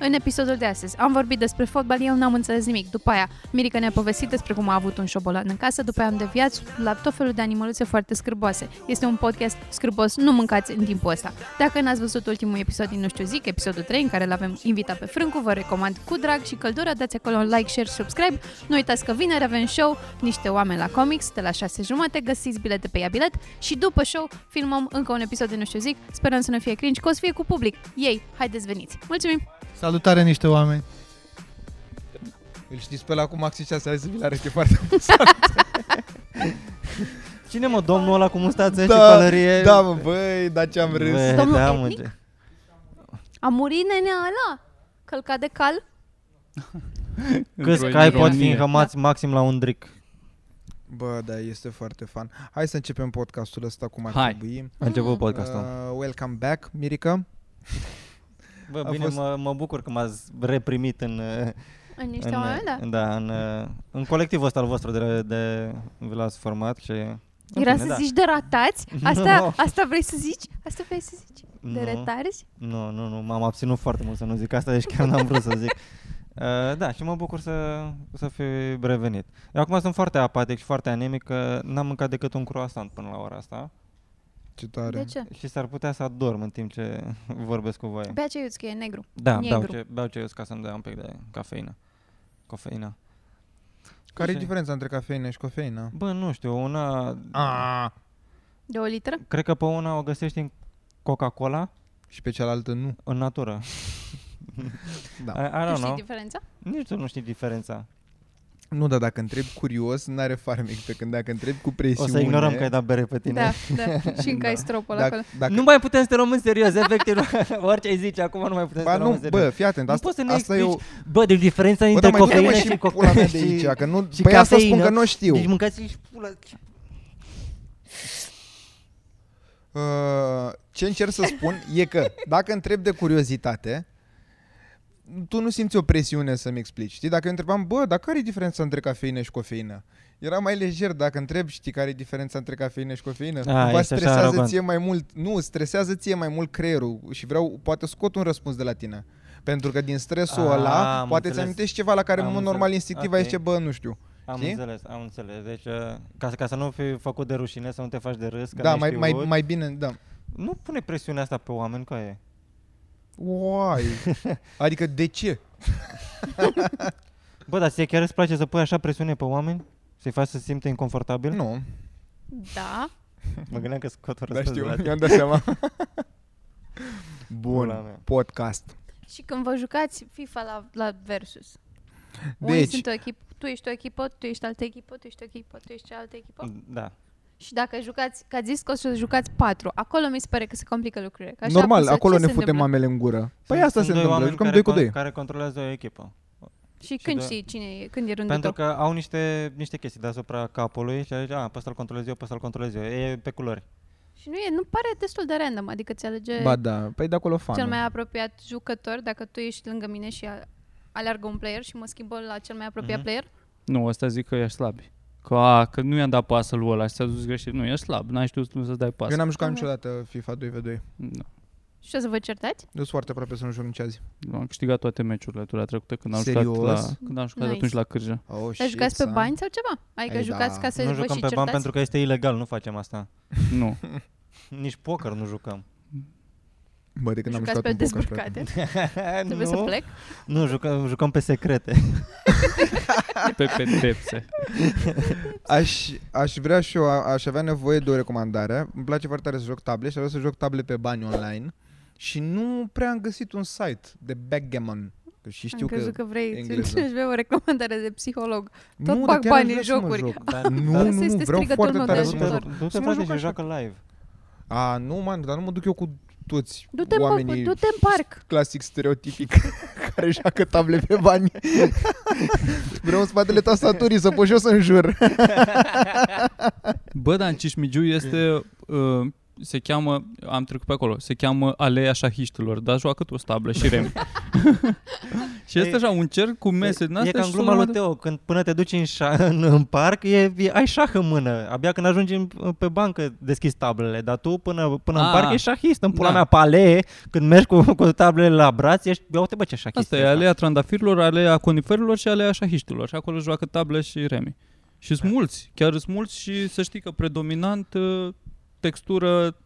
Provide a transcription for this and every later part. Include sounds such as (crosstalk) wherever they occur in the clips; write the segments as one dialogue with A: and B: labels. A: În episodul de astăzi am vorbit despre fotbal, eu n-am înțeles nimic. După aia, Mirica ne-a povestit despre cum a avut un șobolan în casă, după aia am deviat la tot felul de animăluțe foarte scârboase. Este un podcast scârbos, nu mâncați în timpul ăsta. Dacă n-ați văzut ultimul episod din Nu știu zic, episodul 3, în care l-avem invitat pe Frâncu, vă recomand cu drag și căldură, dați acolo un like, share, subscribe. Nu uitați că vineri avem show, niște oameni la comics, de la 6 jumate, găsiți bilete pe ea bilet și după show filmăm încă un episod din Nu știu zic, sperăm să nu fie cringe, că o să fie cu public. Ei, haideți veniți! Mulțumim!
B: Salutare niște oameni!
C: Îl știți pe la cu Maxi 6 azi, vi-l arăt, e foarte
D: Cine mă, domnul ăla cu mustață și
C: Da,
D: pălărie?
C: Da, mă, băi, dar ce am râs.
D: Bă,
A: Domnul
D: da, mă,
A: etnic?
D: ce-
A: A murit nenea ăla? Călcat de cal?
D: Câți
E: Într-o
D: cai pot fi
E: ironie.
D: înhămați maxim la un dric?
C: Bă, da, este foarte fan. Hai să începem podcastul ăsta cum ar
E: Hai.
C: trebui.
D: A început podcastul.
C: Uh, welcome back, Mirica.
D: Bă,
C: a
D: bine,
C: fost-
D: mă, mă bucur că m-ați reprimit în... uh,
A: În niște
D: în,
A: oameni, da.
D: în, da, în, uh, în colectivul ăsta al vostru de, de vi l-ați format și... în
A: Era
D: fine,
A: să
D: da.
A: zici de ratați? Asta,
D: Nu.
A: asta vrei să zici? Asta vrei să zici? De
D: Nu.
A: retarzi?
D: Nu, nu, nu, m-am abținut foarte mult să nu zic asta, deci chiar n-am vrut să
A: (laughs)
D: zic. Uh, da, și mă bucur să, să fi revenit. Eu acum sunt foarte apatic și foarte anemic, că n-am mâncat decât un croissant până la ora asta
C: Ce tare.
A: De ce?
D: și s-ar putea să adorm în timp ce (laughs) vorbesc cu voi.
A: Bea ce iuți, că e negru.
D: Da, beau
A: negru.
D: ce, beau ce eu ca să-mi dea un pic de cafeină. Cofeină.
C: Care e
D: Așa.
C: diferența între cafeină și cofeină?
D: Bă, nu știu, una...
C: Ah.
A: De o litră?
D: Cred că pe una o găsești în Coca-Cola,
C: Și pe cealaltă nu.
D: în natură.
C: (laughs) Da.
D: I, I don't
A: Nu știi
D: know.
A: diferența?
D: Nici tu nu știi diferența.
C: Nu, dar dacă întrebi curios, n-are farmec, pe când dacă întrebi cu
D: O
C: presiune...
D: să ignorăm că ai dat bere pe tine.
A: Da, da. Și încă ai
C: Da.
A: stropul
C: dacă,
A: acolo.
C: dacă,
D: Nu mai putem să te luăm în serios,
A: (laughs)
D: efectiv. (laughs) Orice ai zice, acum nu mai putem să
C: ba,
D: te luăm în
C: nu,
D: serios.
C: bă, fii atent,
D: Nu
C: asta,
D: poți să ne
C: asta e o...
D: Bă, deci diferența
C: Bă, dar
D: între
C: mai du-te
D: cofeină
C: mă
D: (laughs) și
C: și pula mea
D: cocaină
C: de aici, că nu...
D: și
C: Păi asta spun
D: cafeină.
C: că nu știu.
D: Deci mâncați și pula.
C: Uh, ce încerc să spun
D: (laughs)
C: e că dacă întreb de curiozitate, tu nu simți o presiune să-mi explici. Știi? Dacă eu întrebam, bă, dar care e diferența între cafeină și cofeină? Era mai lejer dacă întreb, știi care e diferența între cafeină și cofeină?
D: A,
C: Cumva
D: ești așa
C: stresează
D: arogant.
C: ție mai mult, nu, stresează ție mai mult creierul și vreau, poate scot un răspuns de la tine. Pentru că din stresul
D: A,
C: ăla,
D: am
C: poate îți
D: înțeles.
C: amintești ceva la care
D: Am
C: în mod
D: înțeles.
C: normal instinctiv
D: Ok.
C: ai zice, bă, nu știu.
D: Am
C: Știi?
D: înțeles, am înțeles. Deci, uh, ca, să- ca să nu fi făcut de rușine, să nu te faci de râs, că
C: Da,
D: n-ai
C: mai, mai,
D: știut.
C: mai bine, da.
D: Nu pune presiunea asta pe oameni, că e. (laughs)
C: Uai, adică de ce?
D: Bă, dar ție chiar îți place să pui așa presiune pe oameni? Să-i faci să se simte inconfortabil?
C: Nu,
A: Da.
D: Mă gândeam că scot o
C: Da,
D: răspuns de la
C: știu,
D: tine.
C: mi-am dat
D: (laughs)
C: seama.
D: Pula mea.
C: Bun, podcast.
A: Și când vă jucați FIFA la, la Versus, unii
C: Deci,
A: sunt o echipă, tu ești o echipă, tu ești altă echipă, tu ești o echipă, tu ești altă echipă.
D: Da.
A: Și dacă jucați, că ați zis că o să jucați patru, acolo mi se pare că se complică lucrurile. Că așa
C: normal,
A: apasă,
C: acolo
A: ce
C: ne
A: se
C: putem
A: întâmplă?
C: mamele în gură. Păi
D: Sunt-
C: asta
D: sunt
C: se
D: doi
C: întâmplă,
D: oameni
C: jucăm
D: care
C: 2 cu
D: con-
C: 2.
D: Care controlează o echipă.
A: Și
D: Și
A: când
D: da.
A: știi cine e, când e rândul
D: Pentru
A: tău.
D: că au niște, niște chestii deasupra capului și zice, a, pe ăsta-l controlez eu, pe ăsta-l controlez eu. E pe culori.
A: Și nu e, nu pare destul de random, adică ți alege
C: Ba da, păi de acolo
A: cel
C: fan.
A: mai apropiat jucător, dacă tu ești lângă mine și a- aleargă un player și mă schimbă la cel mai apropiat
D: Mhm.
A: player,
E: Nu, asta zic că e slab. Că, a, că nu i-am dat pasă lui ăla și ți-a dus greșit. Nu, e slab, n-ai știut cum să-ți dai pasă.
C: Eu n-am jucat
A: Ok.
C: niciodată FIFA 2v2. Eu
E: Nu.
A: și o să vă certați?
C: sunt foarte aproape să nu joc nici azi.
E: Nu, Am câștigat toate meciurile tura trecută când am
C: Serios?
E: jucat, la, când am jucat
A: Nice.
E: atunci la Cârja.
C: Oh,
A: Dar jucați pe bani sau ceva? Adică
C: Ei,
A: jucați
C: da.
A: ca să
D: nu
A: vă
D: jucăm
A: și
D: pe
A: certați?
D: bani pentru că este ilegal, nu facem asta.
E: Nu.
D: Nici poker nu jucăm.
C: Bă, de când am
A: jucați
C: jucat
A: pe
C: un poker, frate.
A: dezbrăcate?
D: nu,
A: Trebuie să plec?
D: nu jucăm, jucăm pe secrete.
E: Pe pedepse.
C: Aș, aș vrea și eu, a- aș avea nevoie de o recomandare. Îmi place foarte tare să joc table și aș vrea să joc table pe bani online. Și nu prea am găsit un site de backgammon. Că Și știu
A: Am crezut
C: că...
A: că vrei
C: engleză.
A: să-și vei o recomandare de psiholog. tot
C: Nu, dar
A: bag
C: chiar aș
A: bani
C: vrea
A: în
C: să mă
A: jocuri.
C: joc.
D: Dar,
C: Nu,
D: dar-
C: nu,
A: (laughs) Asta este
C: nu, vreau
A: strigătul
C: foarte
A: meu
C: tare
A: de
C: să mă joc.
A: ajutor.
D: Du-te, du-te
C: Să mă
D: frate
C: joc
D: și
C: așa.
D: joacă live.
C: A, nu, man, dar nu mă duc eu cu toți
A: Du-te în, parc,
C: oamenii
A: du-te în parc!
C: clasic stereotipic (laughs) care joacă table pe bani. (laughs) Vreau în spatele tastaturii să pot și eu să înjur.
E: Bă, dar în Cismigiu este uh, se cheamă, am trecut pe acolo, se cheamă Aleea Șahiștilor, dar joacă tu stablă și remi. (laughs) și este
D: E-
E: așa un cerc cu mese din
D: Păi, E
E: astea
D: ca în
E: și
D: gluma lui
E: de-
D: Teo, când până te duci în, șa- (laughs) în, în parc, e, e, ai șah în mână. Abia când ajungi în, pe bancă deschizi tablele, dar tu până, până în
E: Ah.
D: parc e șahist. În pula
E: Da.
D: mea pe alee, când mergi cu, cu tablele la braț, ești, ia uite bă ce șahist
E: Asta e
D: ești,
E: Aleea Trandafirilor, Aleea Coniferilor și Aleea Șahiștilor. Și acolo joacă tablă și remi. Și sunt
C: Da.
E: mulți, chiar sunt mulți și să știi că predominant uh, textură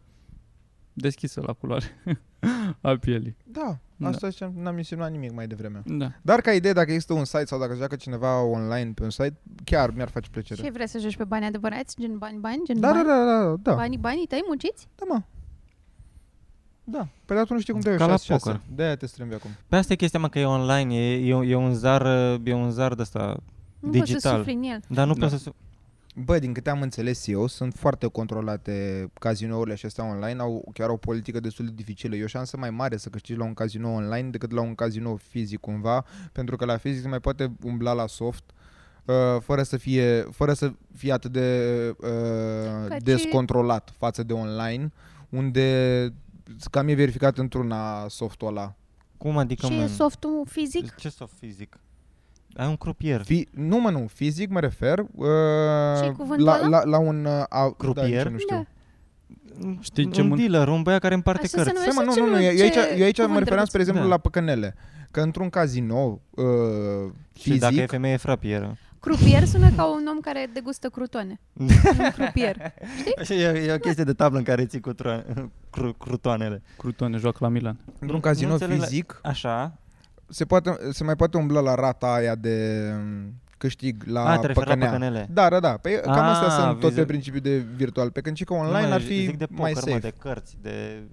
E: deschisă la culoare (laughs) a pielii.
C: Da,
E: Da.
C: asta da. n-am insinuat nimic mai devreme.
E: Da.
C: Dar ca idee, dacă există un site sau dacă joacă cineva online pe un site, chiar mi-ar face plăcere.
A: Și vrei să joci pe bani adevărați? Gen bani, bani, gen
C: Da, da,
A: bani?
C: da, da, da.
A: Banii, banii tăi munciți?
C: Da, mă. Da. Păi dar tu nu știi cum te
D: Ca la
C: 6
D: poker.
C: De-aia te strâmbi acum.
D: Pe asta e chestia, mă, că e online, e, e, e un zar, e un zar de asta,
A: Nu poți să
D: Digital.
A: sufli în el.
D: dar nu
E: Da.
D: da. poți să... su-
C: Bă, din câte am înțeles eu, sunt foarte controlate cazinourile acestea online, au chiar o politică destul de dificilă. E o șansă mai mare să câștigi la un casino online decât la un casino fizic cumva, pentru că la fizic se mai poate umbla la soft. Uh, fără să fie fără să fie atât de uh,
A: Căci-
C: descontrolat față de online, unde cam e verificat într-una softul ăla.
D: Cum adică,
A: Și
D: mă?
A: e softul fizic?
D: Ce soft fizic? Ai un crupier.
C: Fi, nu, mă, nu, fizic mă refer uh,
A: Ce-i cuvântul
C: la,
A: ăla?
C: la, la un uh, a, Da,
D: Crupier?
C: nici nu știu.
A: Da.
E: Știi
D: un
E: ce mân-
D: dealer, un băiat care împarte
A: Așa se
D: cărți.
A: numește.
C: Stai, mă, nu,
A: ce
C: nu, nu, eu
A: nume-
C: aici,
A: ce
C: eu aici mă
A: cuvânt
C: referam, spre
A: drăguț.
C: exemplu,
D: Da.
C: la păcănele. Că într-un casino uh,
D: Și dacă e
C: fizic,
D: femeie, e frapieră.
A: Crupier sună ca un om care degustă crutoane. un crupier.
D: Așa e, e o chestie de tablă în care ții cu troa- cru, crutoanele.
E: Crutone joacă la Milan.
C: într-un
D: Nu
C: casino
D: înțeleg la-
C: fizic,
D: Așa.
C: se, poate, se mai poate umbla la rata aia de um, câștig la
D: A, Ah, te referi la
C: păcănea.
D: păcănele.
C: Da, da, da. Păi cam
D: Ah,
C: astea sunt tot
D: vize-
C: pe principiu de virtual. Pe când și că
D: Nu,
C: online
D: mă,
C: ar fi
D: zic de poker,
C: mai
D: Mă,
C: safe.
D: de cărți, de,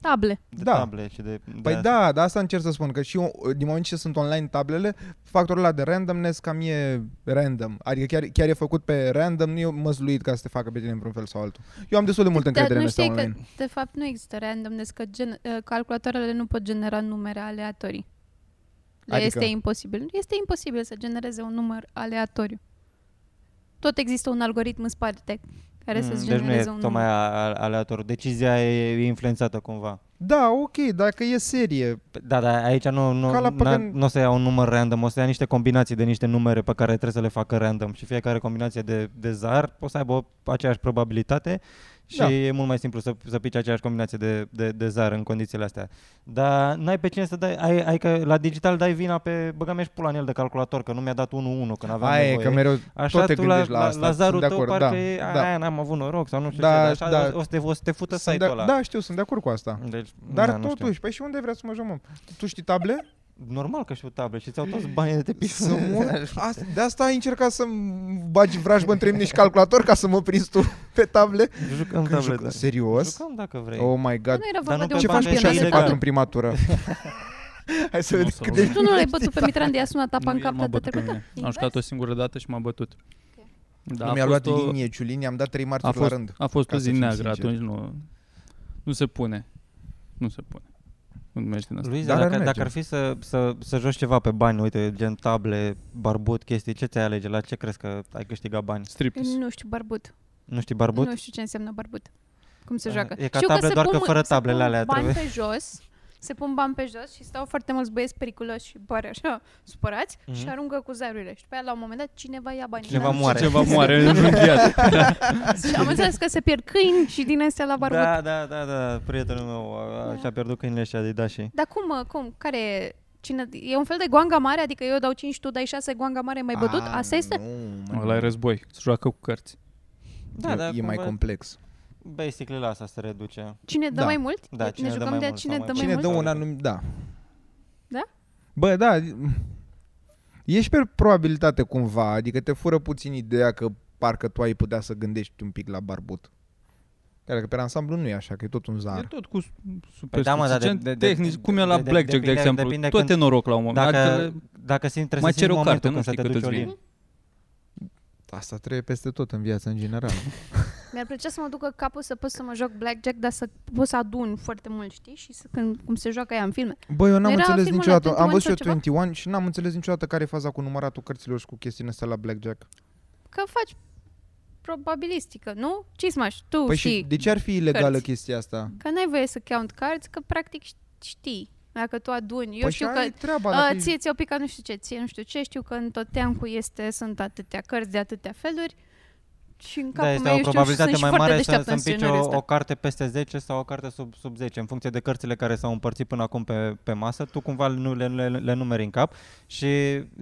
A: Table.
D: de
C: Da.
D: table și de... de
C: Păi
D: astea.
C: da, dar asta încerc să spun, că și eu, din moment ce sunt online tablele, factorul ăla de randomness cam e random. Adică chiar, chiar e făcut pe random, nu e măsluit ca să te facă pe tine într-un fel sau altul. Eu am destul de multă
A: Dar
C: încredere în
A: nu
C: asta
A: știi că,
C: online.
A: de fapt, nu există randomness, că gen, uh, calculatoarele nu pot genera numere aleatorii. Le
C: Adică?
A: este imposibil. Este imposibil să genereze un număr aleatoriu. Tot există un algoritm în spate care
D: Mm,
A: să-ți
D: Deci nu
A: genereze
D: e
A: un
D: tocmai
A: număr.
D: a- a- aleator. Decizia e e influențată cumva.
C: Da, ok, dacă e serie.
D: P- Da, da, aici nu,
C: Ca la
D: nu, na,
C: păcân-
D: nu o să iau un număr random, o să ia niște combinații de niște numere pe care trebuie să le facă random și fiecare combinație de, de zar o să aibă o- aceeași probabilitate și
C: Da.
D: da. e mult mai simplu să, să pici aceeași combinație de, de, de zar în condițiile astea. Dar n-ai pe cine să dai, ai, ai că la digital dai vina pe, băga mea și pula în el de calculator, că nu mi-a dat 1-1 când aveam
C: Aia e,
D: nevoie.
C: că mereu
D: Așa
C: tot te
D: tu la,
C: gândești la, asta.
D: la
C: sunt
D: zarul
C: de
D: tău
C: acord,
D: parcă
C: da,
D: e,
C: da.
D: aia n-am avut noroc sau nu știu
C: Da,
D: ce, dar așa
C: da.
D: o, o, să te, o să te fută
C: Sunt
D: site-ul
C: de,
D: ăla.
C: da, știu, sunt de acord cu asta.
D: Deci,
C: Da, Dar
D: na, nu știu.
C: totuși, păi și unde vreau să mă joc, mă? Tu știi table? (laughs)
D: Normal că știu table și ți-au toți banii de
E: (laughs)
D: te
C: Să
D: pișu.
C: mor? Asta- De asta ai încercat să bagi vrajbă între mine și calculator ca să mă prinzi tu (laughs) pe table?
D: Jucăm
C: Când
D: table,
C: juc-
D: da.
C: serios?
D: Jucăm dacă vrei.
C: Oh my
A: Dar
C: god.
A: Nu era
D: Dar
A: vorba Păi, de
D: nu pe
A: un
C: Ce faci
D: bani de
C: cu
A: campionat
D: șase
A: de
C: 6
D: ilegal.
A: table.
C: 4 în prima tură? (laughs) Hai să
E: Nu
C: vedeți
E: o
C: cât
E: să
C: de...
A: Tu nu l-ai bătut pe
D: Exact.
A: Mitran de Iasuna ta
E: Nu, el m-a
A: pancarta de
E: bătut pe
A: trecută?
E: mine. Am jucat o singură dată și m-a bătut. Da,
C: Nu
E: a
C: mi-a
E: fost
C: luat linie, ciulini, i-am dat 3
E: a
C: marți la
E: fost,
C: rând.
E: a fost
C: ca
E: o
C: să
E: zi
C: fim
E: neagră,
C: sinceri.
E: atunci nu, nu se pune. Nu se pune. Nu mergi din asta.
D: Luiza,
C: Dar ar
D: dacă,
C: merge.
D: dacă ar fi să, să, să joci ceva pe bani, uite, gen table, barbut, chestii, ce ți-ai alege? La ce crezi că ai câștigat bani?
E: Striptease.
A: Nu știu, barbut.
D: Nu știi barbut?
A: Nu știu ce înseamnă barbut. Cum se
D: Ah,
A: joacă.
D: e ca
A: Știu
D: table,
A: se
D: doar că
A: pun-
D: fără
A: se
D: tablele
A: pun
D: alea
A: bani
D: trebuie.
A: pe jos, se pun bani pe jos și stau foarte mulți băieți periculoși și pare așa (laughs) supărați
D: Mhm.
A: și aruncă cu zarurile. Și pe aia la un moment dat cineva ia banii.
D: Cineva
A: Dar nu
D: moare.
E: Ceva moare
C: (laughs)
E: înjunghiat.
A: știu. (laughs) Și am înțeles că se pierd câini și din astea la barbut.
D: Da, da, da, da, prietenul meu a, a,
A: Da.
D: și-a pierdut câinile și a dat și...
A: Dar cum, mă, cum, care e? Cine, e un fel de goanga mare, adică eu dau 5, tu dai 6, goanga mare mai bătut?
D: Ah,
C: A,
A: Asta este?
C: Ah, Nu,
E: Ăla e război. Se joacă cu cărți.
D: Da, da,
C: e, e mai
D: cumva-
C: complex.
D: Basically la asta se reduce.
A: Cine dă
C: Da.
A: mai mult?
D: Da, cine
A: ne
D: dă
A: jucăm
D: mai
A: de
D: mult
A: cine
D: sau
A: dă
D: mai
A: mai
D: puțin.
C: Cine
A: mult?
C: dă un anumit... Da.
A: Da?
C: Bă, da... Ești pe probabilitate cumva, adică te fură puțin ideea că parcă tu ai putea să gândești un pic la barbut. Care că pe ansamblu nu e așa, că e tot un
E: E
C: zar.
E: tot cu s-
D: Păi
E: super
D: da, mă, dar de-
E: suficient
D: de- de-
E: tehnici, cum e la
D: de- de-
E: Blackjack, de,
D: depinde-
E: exemplu.
D: depinde
E: Tot
D: când-
E: e noroc la un moment.
D: Dacă,
E: Altele-
D: dacă simți, trebuie
E: Mai
D: să
E: cere
D: simți
E: o carte,
D: momentul
E: nu
D: când să te
E: știi cât
D: duci
E: îți vine.
D: all-in.
C: Asta trebuie peste tot în viață, în general. (laughs)
A: Mi-ar plăcea să mă ducă capul să pot să mă joc blackjack, dar să pot să adun foarte mult, știi? Și să, când, cum se joacă aia în filme.
C: Bă, eu n-am
A: Era
C: înțeles
A: filmul la
C: niciodată.
A: 21
C: Am văzut și
A: sau
C: eu
A: ceva?
C: 21 și n-am înțeles niciodată care e faza cu număratul cărților și cu chestiile astea la blackjack.
A: Că faci probabilistică, nu? Cismaș, tu
C: Păi
A: știi
C: și de ce ar fi ilegală
A: cărți.
C: chestia asta?
A: că n-ai voie să count cards, că practic știi. Dacă tu aduni, eu
C: păi
A: știu că
C: și
A: Uh, ă,
C: aia e treaba,
A: a,
C: dacă e-
A: ție ți-au picat nu știu ce, ție nu știu ce, știu că în tot teancul este, sunt atâtea cărți de atâtea feluri și în capul
D: Da, este
A: meu
D: o
A: eu știu,
D: probabilitate
A: sunt
D: mai
A: și foarte
D: mare să,
A: deșteaptă
D: să
A: în
D: împici
A: scenariul
D: o,
A: ăsta.
D: o carte peste 10 sau o carte sub, sub 10, în funcție de cărțile care s-au împărțit până acum pe, pe masă, tu cumva nu le, le, le numeri în cap și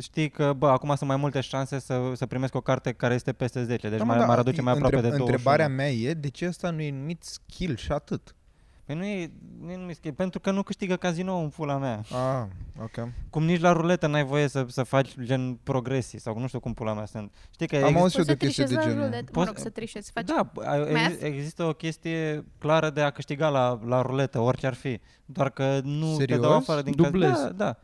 D: știi că, bă, acum sunt mai multe șanse să, să primesc o carte care este peste 10, deci
C: Da,
D: da,
C: mă,
D: mai,
C: da,
D: mai aduce
C: e-
D: mai aproape
C: întreb-
D: de 21.
C: Întrebarea mea e de ce asta nu e numit skill și atât?
D: Păi nu e, nu e numit schimb, pentru că nu câștigă casino în fula mea.
C: Ah, ok.
D: Cum nici la ruletă n-ai voie să, să faci gen progresii sau nu știu cum pula mea sunt. Știi că
C: Am
D: există,
A: Poți
C: auzit și eu
A: să
C: de chestii
A: trișezi
C: de
A: la
C: genul.
A: ruletă, mă
D: Poți-
A: rog, să trișezi, să faci
D: Da, a- exi-
A: math?
D: există o chestie clară de a câștiga la, la ruletă, orice ar fi. Doar că nu
C: Serios?
D: te dau afară din
E: Dublezi.
D: Da, da.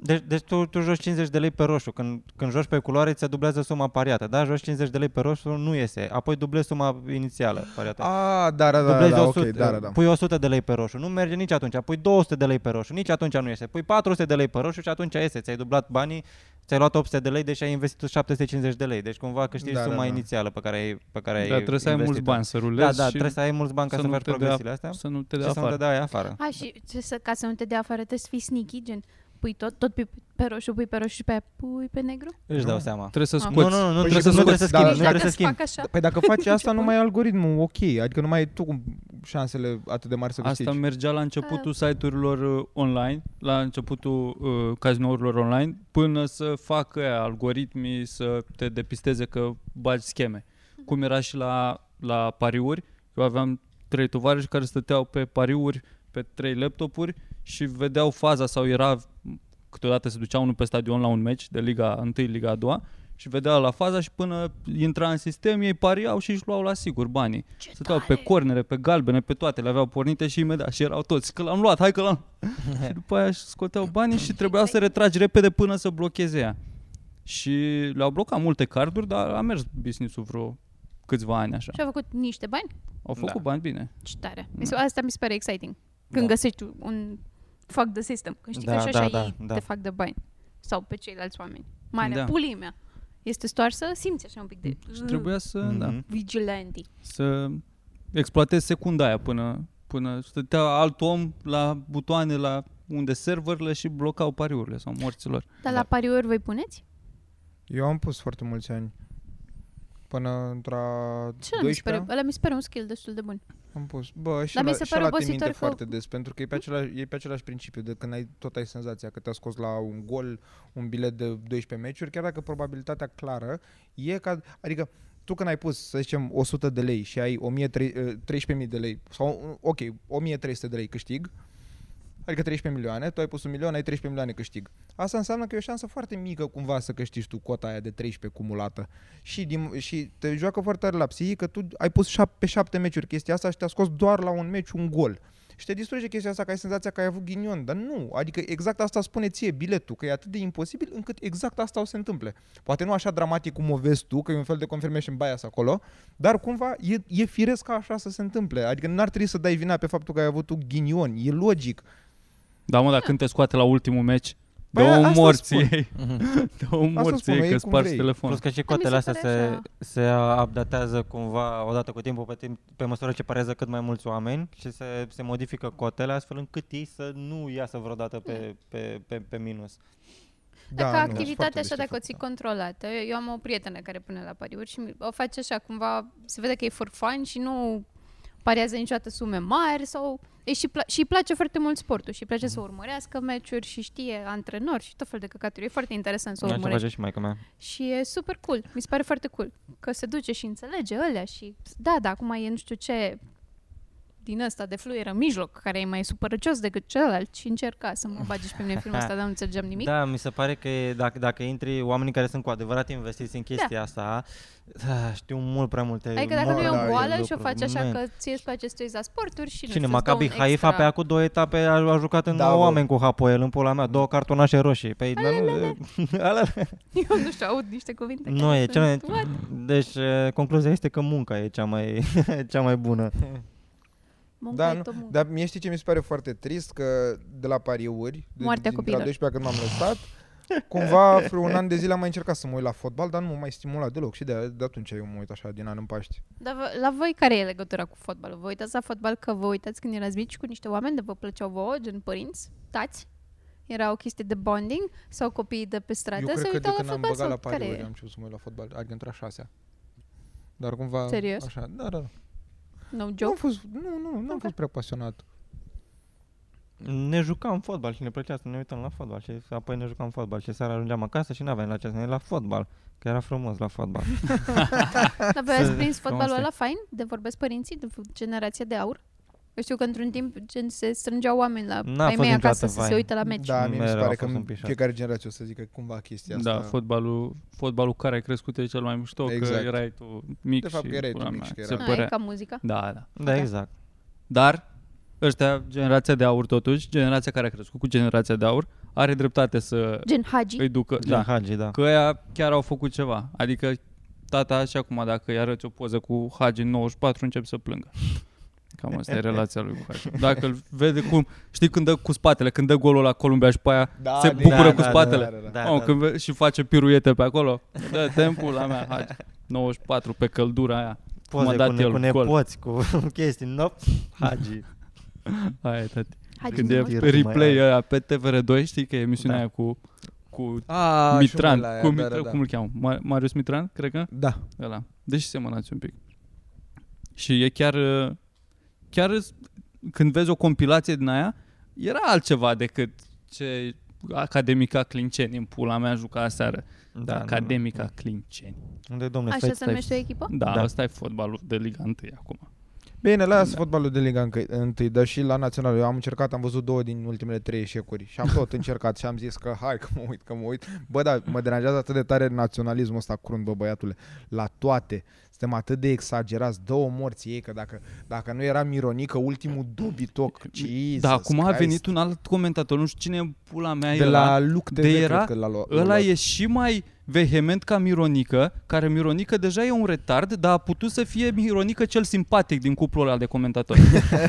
D: Deci, deci tu, tu joci 50 de lei pe roșu. Când, când joci pe culoare, ți se dublează suma pariată. Da, joci 50 de lei pe roșu, nu iese. Apoi dublezi suma inițială pariată.
C: Ah, da, da, da, da,
D: dublezi
C: da,
D: 100,
C: ok, da, da, da.
D: pui 100 de lei pe roșu, nu merge nici atunci, pui 200 de lei pe roșu, nici atunci nu iese, pui 400 de lei pe roșu și atunci iese, ți-ai dublat banii, ți-ai luat 800 de lei, deși ai investit tu 750 de lei, deci cumva câștigi
C: Da,
D: da,
C: da,
D: suma
C: da.
D: inițială pe care ai pe care
E: Dar
D: ai
E: Da, trebuie să ai mulți
D: investit-o.
E: bani să
D: Da,
E: rulezi
D: da,
E: și
D: trebuie să ai mulți bani ca să,
E: să nu
D: faci
E: te dea-
D: progresiile astea
E: să nu te
D: și
E: dea
D: să nu te
E: afară.
D: dai afară.
A: A, și ce să, ca să nu te dea afară, trebuie să fii sneaky, gen, pui tot, tot pe, pe roșu, pui pe roșu și pe aia pui pe negru.
D: Își
C: Nu.
D: dau seama.
E: Trebuie să
A: Ah.
E: scoți.
D: Nu, nu, nu, nu
C: Păi
D: trebuie
C: și
D: să, nu
C: cum
D: trebuie
C: să-
D: să
C: da,
D: schimbi, nu
C: dacă-
D: trebuie să Da. schimbi.
A: fac așa.
C: Păi (laughs) dacă faci asta, nu mai e algoritmul ok, adică nu mai ai tu cum șansele atât de mari să câștigi.
E: Asta mergea la începutul site-urilor uh, online, la începutul uh, cazinourilor online, până să facă aia algoritmii să te depisteze că bagi scheme. Cum era și la, la pariuri, eu aveam trei tovarăși care stăteau pe pariuri, pe trei laptopuri și vedeau faza sau era câteodată se ducea unul pe stadion la un meci de Liga 1, Liga 2 și vedea la faza și până intra în sistem ei pariau și își luau la sigur banii.
A: Ce
E: Stăteau pe
A: tare!
E: cornere, pe galbene, pe toate, le aveau pornite și imediat și erau toți, că l-am luat, hai că l-am Și după aia își scoteau banii și trebuia
A: Păi-
E: să retragi repede până să blocheze ea. Și le-au blocat multe carduri, dar a mers business-ul vreo câțiva ani așa.
A: Și a făcut niște bani?
E: Au făcut
D: Da.
E: bani bine.
A: Ce tare. Mi se, asta mi se pare exciting. Când
D: Mm. Da.
A: găsești un fuck the system. Când știi
D: Da,
A: că și
D: da,
A: așa
D: da,
A: ei
D: da.
A: te fac de bani. Sau pe ceilalți oameni. Mai ales
E: Da.
A: pulimea. Este stoarsă, simți așa un pic de... uh,
E: Și trebuia să, mm-hmm. da,
D: Mhm.
A: Vigilante.
E: să exploatezi secunda aia până, până stătea alt om la butoane, la unde serverele și blocau pariurile sau morților.
A: Dar
D: Da.
A: la pariuri voi puneți?
C: Eu am pus foarte mulți ani. Până într-a
A: Ce ăla mi se pare?
C: 12
A: Ăla mi se pare un skill destul de bun.
C: am pus. Bă, și
A: Dar mi
C: la,
A: se
C: și
A: pare
C: ăla te
A: obositor că-
C: minte
A: Hmm?
C: foarte des, pentru că e pe, același, e pe același principiu, de când ai, tot ai senzația că te-a scos la un gol, un bilet de 12 meciuri, chiar dacă probabilitatea clară e ca... Adică tu când ai pus, să zicem, 100 de lei și ai 13.000 eh, de lei, sau, ok, 1.300 de lei câștig, adică 13 milioane, tu ai pus un milion, ai 13 milioane câștig. Asta înseamnă că e o șansă foarte mică cumva să câștigi tu cota aia de 13 cumulată. Și, din, și te joacă foarte tare la psihic că tu ai pus șap, pe șapte meciuri chestia asta și te-a scos doar la un meci un gol. Și te distruge chestia asta că ai senzația că ai avut ghinion, dar nu, adică exact asta spune ție biletul, că e atât de imposibil încât exact asta o să se întâmple. Poate nu așa dramatic cum o vezi tu, că e un fel de confirmation bias acolo, dar cumva e, e firesc ca așa să se întâmple, adică n-ar trebui să dai vina pe faptul că ai avut tu ghinion, e logic.
E: Da, mă, dar când te scoate la ultimul meci,
C: Păi
E: dă
C: asta
E: o morți
C: spun. Mhm.
E: ei. (laughs) Dă o morți
C: spun,
E: ei
C: ei
E: că
C: cum
E: spargi
C: vrei.
E: telefonul.
D: Plus că și
A: Da, se
D: cotele astea
A: pare
D: se,
A: așa.
D: se updatează cumva odată cu timpul, pe, timp, pe măsură ce parează cât mai mulți oameni și se, se modifică cotele astfel încât ei să nu iasă vreodată pe,
A: Mm.
D: pe, pe, pe minus.
A: Da,
C: nu,
A: ca
C: e foarte
A: activitate așa dacă o
C: deșteptat,
A: ții
C: da.
A: controlată. Eu, eu am o prietenă care pune la pariuri și mi- o face așa cumva, se vede că e for fun și nu parează niciodată sume mari sau e și, pla- și îi place foarte mult sportul și îi place să urmărească meciuri și știe antrenori și tot fel de căcaturi. E foarte interesant să
D: Așa
A: urmărești.
D: face și maica mea.
A: Și e super cool. Mi se pare foarte cool că se duce și înțelege ălea și da, da, acum e nu știu ce din ăsta de fluier în mijloc, care e mai supărăcios decât celălalt și încerca să mă bage și pe mine în filmul ăsta, dar nu înțelegeam nimic.
D: Da, mi se pare că e- dacă, dacă intri oamenii care sunt cu adevărat investiți în chestia da. asta, da, știu mult prea multe.
A: Adică dacă nu
D: mult
A: e
D: prea
A: o
C: da,
D: multe
A: boală și o
D: lucruri.
A: faci așa
D: Man.
A: că ție îți place să te uiți la sporturi și nu
D: Cine,
A: știu, îți dă
D: Maccabi
A: un
D: Haifa pe
A: extra.
D: acum două etape a, a jucat în
C: Da,
D: da, 9
C: bă.
D: oameni cu Hapoel în pula mea, două cartonașe roșii. Păi, dar nu, alele.
A: (laughs) Eu nu știu, aud niște
C: Da,
A: cuvinte.
D: Nu,
A: care
D: e
A: sunt,
D: cel mai...
A: what?
D: Deci, e, concluzia este că munca e cea mai, (laughs) cea mai bună.
A: Munca
C: Da,
A: e
C: nu,
A: tot muncă.
C: dar mie știi ce mi se pare foarte trist? Că de la pariuri, de,
A: Moartea
C: din
A: copiilor.
C: a 12 când m-am lăsat, Cumva vreo un an de zile am mai încercat să mă uit la fotbal, dar nu m-a mai stimulat deloc și de, de atunci eu mă uit așa din an în Paști.
A: Dar vă- la voi care e legătura cu fotbalul? Vă uitați la fotbal că vă uitați când erați mici cu niște oameni de vă plăceau vouă, gen părinți, tați? Era o chestie de bonding? Sau copiii de pe
C: eu
A: stradă
C: cred
A: se
C: că de
A: uitau la
C: când am
A: fotbal? Sau
C: băgat la
A: care
C: pariuri
A: e?
C: am început să mă uit la fotbal, Argentura 6 Dar cumva
A: Serios?
C: așa, da, da.
A: No
C: Nu am
A: joke?
C: fost, nu, nu, nu am fost prea pasionat.
D: Ne jucam fotbal și ne plăcea să ne uităm la fotbal și apoi ne jucam fotbal și seara ajungeam acasă și n-aveam la ce să ne uit la fotbal, că era frumos la
A: (laughs)
D: fotbal.
A: Dar
C: (laughs)
A: voi ați
D: Să-
A: prins
D: frumos da.
A: fotbalul
D: e.
A: ăla fain? De vorbesc părinții? De v- generația de aur? Eu știu că într-un timp gen, se strângeau oameni la
D: N-a
A: ai mei
D: fost niciodată
A: acasă să se
D: fain.
A: uite la meci.
C: Da, mie mi se
D: Mereu
C: pare
D: a
C: că
D: fost
C: în
D: un pic așa.
C: fiecare generație o să zică cumva chestia asta.
E: Da, fotbalul, fotbalul care ai crescut e cel mai mișto,
C: Exact.
E: că erai tu mic
C: De fapt,
E: și
C: că erai tu
E: pula
C: mic
E: mea,
C: și că
E: se
C: era-
A: A, e
E: părea.
A: ca muzica.
E: Da, da.
D: Da, exact.
E: Dar ăștia, generația de aur totuși, generația care a crescut cu generația de aur, are dreptate să
A: Gen Hagi.
E: îi ducă.
D: Da,
E: Da,
D: Hagi, da.
E: că ea chiar au făcut ceva. Adică tata și acum dacă îi arăți o poză cu Hagi în 94 încep să plângă. Cam asta e relația lui cu Hagi. Dacă îl vede cum, știi când dă cu spatele, când dă golul la Columbia și pe aia
C: Da,
E: se
C: din-
E: bucură
D: da,
E: cu
D: da, da,
E: spatele.
C: da, da,
D: da.
E: Mamă, când ve- și face piruete pe acolo. Dă timpul la mea, Hagi. 94 pe căldura aia. cum a
D: Poze
E: dat
D: cu, ne-
E: el
D: cu
E: gol.
D: nepoți, cu (laughs) chestii, nop, Hagi.
E: Aia e, tati.
A: Hagi
E: Când
A: frumos.
E: e
D: Tir,
E: replay
D: mai
E: ăla pe TVR2, știi că e emisiunea
D: Da.
E: aia cu cu
C: A, și
E: Mitran,
C: mă la aia,
E: cu
C: da,
E: Mitran,
C: da, da.
E: cum îl cheamă? Ma- Marius Mitran, cred că?
C: Da.
E: Ăla. Deci semănați un pic. Și e chiar uh, chiar îs- când vezi o compilație din aia, era altceva decât ce Academica Clinceni în pula mea juca aseară. Da,
D: nu,
E: Academica Clinceni.
D: nu. Unde, domnule,
A: Așa
D: stai,
A: se
D: stai,
A: numește o echipă?
E: Da,
D: Da.
E: da, ăsta e fotbalul de Liga 1 acum.
C: Bine, lasă fotbalul de Liga încă- întâi, dar și la național. Eu am încercat, am văzut două din ultimele trei eșecuri și am
E: (laughs)
C: tot încercat și am zis că hai că mă uit, că mă uit. Bă, da, mă deranjează atât de tare naționalismul ăsta crunt, bă, băiatule. La toate. Suntem atât de exagerați, două morți ei, că dacă, dacă nu era Mironică, ultimul dubitoc. Jesus
E: Da, acum a
C: Christ.
E: venit un alt comentator, nu știu cine în pula mea
C: de
E: era.
C: la Luc TV,
E: de era-
C: cred că l-a luat. l-a
E: Ăla
C: luat.
E: e și mai vehement ca Mironică, care Mironică deja e un retard, dar a putut să fie Mironică cel simpatic din cuplul ăla de comentatori.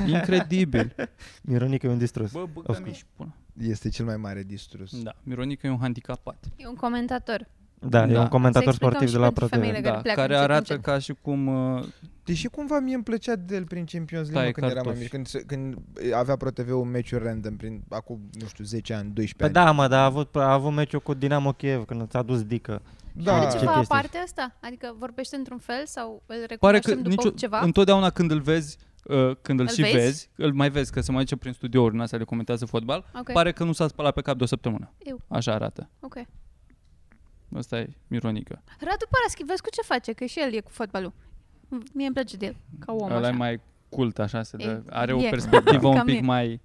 E: Incredibil.
D: Mironică e un distrus.
E: Bă,
D: Oscar.
E: băgă-mi și până.
C: Este cel mai mare distrus.
E: Da, Mironică e un handicapat.
A: E un comentator.
D: Da, e
E: Da.
D: un comentator
A: Să explicăm
D: sportiv
A: și
D: de la
A: pentru
D: ProTV.
A: femeile
E: Da,
A: care pleacă
E: care
A: încet,
E: arată
A: încet.
E: ca și cum... uh,
C: Deși cumva mie îmi plăcea de el prin Champions League
E: Taie
C: mă, când era mai
E: cartofi.
C: mic, când, se- când avea ProTV un meci random prin acum, nu știu, 10 ani, 12
D: Păi
C: ani.
D: da, mă, dar a avut, a avut meciul cu Dinamo Kiev când ți-a dus Dică.
C: Da.
A: Are
D: Ce
A: ceva
D: chestii?
A: aparte asta? Adică vorbește într-un fel sau îl
E: Pare că
A: recunoaștem după
E: nicio,
A: ceva?
E: întotdeauna când îl vezi, uh, când îl,
A: Îl
E: și
A: vezi?
E: vezi? îl mai vezi, că se mai duce prin studiouri în astea de comentează fotbal,
A: Ok,
E: pare că nu s-a spălat pe cap de o săptămână.
A: Eu.
E: Așa arată.
A: ok.
E: Asta e Mironică.
A: Radu Paraschi, vezi cu ce face? Că și el e cu fotbalul. Mie îmi place de el, ca om
E: Ăla e
A: așa.
E: mai cult, așa, se
A: E-
E: dă, are o
A: e.
E: perspectivă
A: (laughs)
E: un
A: Cam
E: pic
A: e.
E: mai...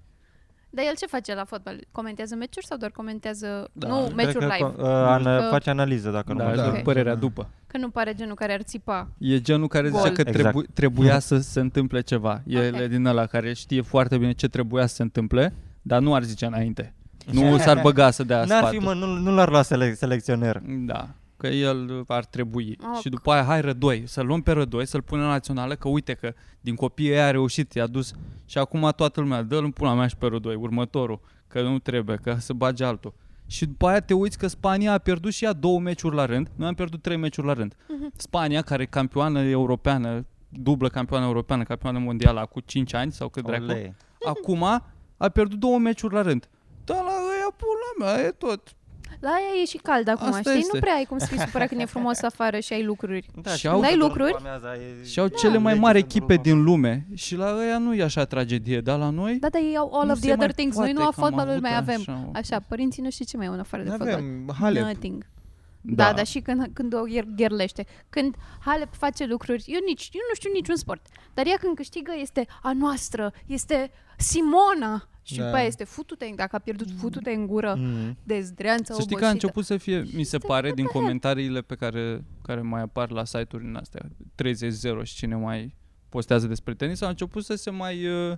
A: Dar el ce face la fotbal? Comentează meciuri sau doar comentează...
E: Da,
A: nu,
D: Cred
A: meciuri
D: că,
A: live.
D: co- uh, an-
A: Că-
D: Face analiză dacă nu.
E: Da,
D: mă
E: își
C: da.
E: dă
D: înșel.
A: Ok.
E: părerea după.
A: Că nu pare genul care ar țipa.
E: E genul care
A: Gol.
E: zice că
D: Exact.
E: trebu- trebuia să se întâmple ceva. E
A: Ok.
E: okay. din ăla care știe foarte bine ce trebuia să se întâmple, dar nu ar zice înainte. Nu s-ar băga să dea
D: N-ar fi,
E: sfatul.
D: mă, nu, nu l-ar lua sele- selecționer.
E: Da, că el ar trebui.
A: Ah,
E: Și după aia, hai rădoi, să luăm pe rădoi, să-l punem la națională, că uite că din copii ei a reușit, i-a dus și acum toată lumea, dă-l în pula mea și pe rădoi, următorul, că nu trebuie, că să bage altul. Și după aia te uiți că Spania a pierdut și ea două meciuri la rând. Noi am pierdut trei meciuri la rând. Spania, care e campioană europeană, dublă campioană europeană, campioană mondială, acum 5 ani sau cât dracu,
D: Ole.
E: acum a pierdut două meciuri la rând. Dar la ăia, pula mea, e tot.
A: La aia e și cald acum,
E: Asta
A: știi?
E: este.
A: Nu prea ai cum să fii supărat când e
E: (laughs)
A: frumos afară și ai lucruri.
E: Și
D: știu
E: au-
D: că
A: Dai
D: după
A: lucruri?
D: amiaza e-
E: Și au
D: Da,
E: cele mai
D: lege
E: mari
D: să
E: echipe
D: după-
E: din lume și la ăia nu e așa tragedie, dar la noi
A: Da, dar ei au all
E: nu
A: of
E: se
A: the
E: mai
A: other things. Noi
E: poate
A: nu a
E: că am
A: fotbalul
E: avut
A: mai avem.
E: Așa,
A: Așa, părinții nu știu ce mai e una afară de fotbal.
C: Avem Halep.
A: Nothing. Da, da, dar și când, când o gher- gherlește. Când Halep face lucruri, eu, nici, eu nu știu niciun sport, dar ea când câștigă este a noastră, este Simona. Și
C: Da.
A: da. după aia este futu-te, în- dacă a pierdut, futu-te în gură,
D: Mm.
A: dezdreanță
E: Să știi
A: obosită.
E: că a început să fie, mi se
A: Știi,
E: pare, din
A: what the
E: comentariile pe care, care mai apar la site-uri din astea, 30-0 și cine mai postează despre tenis, a început să se mai, uh,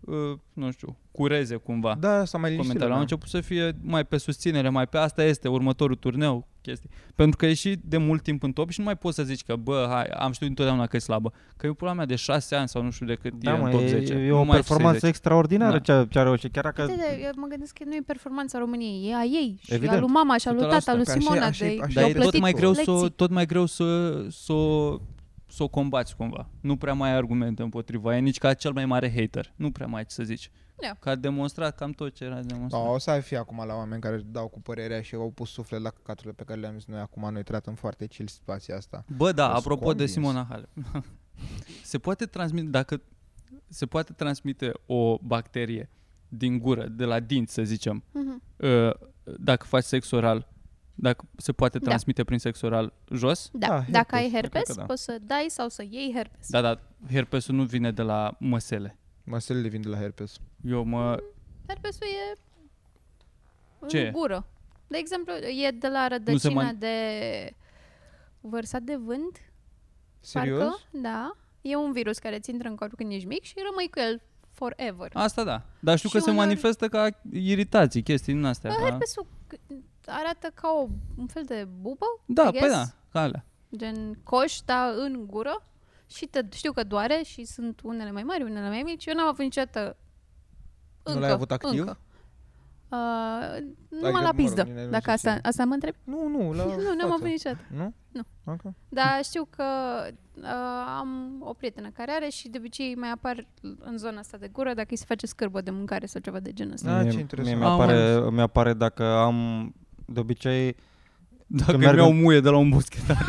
E: uh, nu știu, cureze cumva.
C: Da, s-a mai liniștit.
E: comentariile. Au început să fie mai pe susținere, mai pe asta este următorul turneu, chestii. Pentru că e și de mult timp în top și nu mai poți să zici că, bă, hai, am știut întotdeauna că e slabă. Că e pula mea de 6 ani sau nu știu de cât
D: Da,
E: e în
D: mă,
E: top
D: e,
E: 10.
D: e
E: Nu
D: o
E: mai știu să-i
D: performanță
E: zici.
D: extraordinară
E: Da.
D: ce, ce a reușit. Chiar
A: Da,
D: dacă...
A: da, eu mă gândesc că nu e performanța României, e a ei și
D: Evident.
A: a lui mama și a lui
E: 100%,
A: tata, a lui
C: că așa e-
A: Simona.
C: așa e-
A: de-
C: așa
E: Dar
A: de-au
E: e tot
A: plătit
E: mai,
A: cu
E: greu
A: lecții.
E: să, tot mai greu să, să, să o combați cumva. Nu prea mai ai argumente împotriva. E nici ca cel mai mare hater. Nu prea mai ai ce să zici.
A: Da.
E: Că a demonstrat cam tot ce era de
C: Da,
E: demonstrat.
C: o să fie acum la oameni care își dau cu părerea și au pus suflet la căcaturile pe care le-am zis noi acum. Noi tratăm foarte chill situația asta.
E: Bă, da,
C: Sunt
E: apropo de
C: convins.
E: Simona Halep. (laughs) se poate transmite, dacă se poate transmite o bacterie din gură, de la dinți, să zicem,
A: Mhm.
E: uh, dacă faci sex oral, dacă se poate
A: Da.
E: transmite prin sex oral jos?
A: Da,
D: Da,
A: dacă ai
D: herpes, cred că
A: herpes,
D: da.
A: poți să dai sau să iei herpes.
E: Da, da, herpesul nu vine de la măsele.
C: Măselele vin de la herpes.
E: Eu mă...
A: Herpesul e
E: Ce e?
A: în gură. De exemplu, e de la rădăcina
E: mai-
A: de vărsat de vânt,
C: Serios?
A: parcă, da. E un virus care ți intră în corp când ești mic și rămâi cu el forever.
C: Ah,
E: Asta da. Dar știu
A: Și
E: că se
A: uneori-
E: manifestă ca iritații, chestii din astea.
A: Bă,
E: Da,
A: herpesul c- arată ca o, un fel de bubă,
E: da
A: I
E: păi
A: guess.
E: da, ca alea.
A: gen coș, dar în gură și te, știu că doare și sunt unele mai mari, unele mai mici. Eu n-am avut niciodată
C: Nu
A: încă,
C: l-ai avut activ?
A: Încă. Uh, numai
C: Adică, mă
A: la
C: rog,
A: pizdă,
C: bine, nu
A: dacă
C: știu
A: asta,
C: ce.
A: asta mă întreb.
C: Nu, nu,
A: (laughs)
C: la
A: nu, n-am
C: față.
A: avut niciodată.
C: Nu?
A: Nu.
C: Okay.
A: Dar știu că uh, am o prietenă care are și de obicei mai apar în zona asta de gură dacă îi se face scârbă de mâncare sau ceva de genul ăsta.
C: Da,
D: mie-
C: ce interesant.
D: Mie
E: Am
D: mi-apare, mi-apare dacă am... De obicei,
E: Dacă
D: merg
E: îmi iau
D: în-
E: muie de la un buschetar.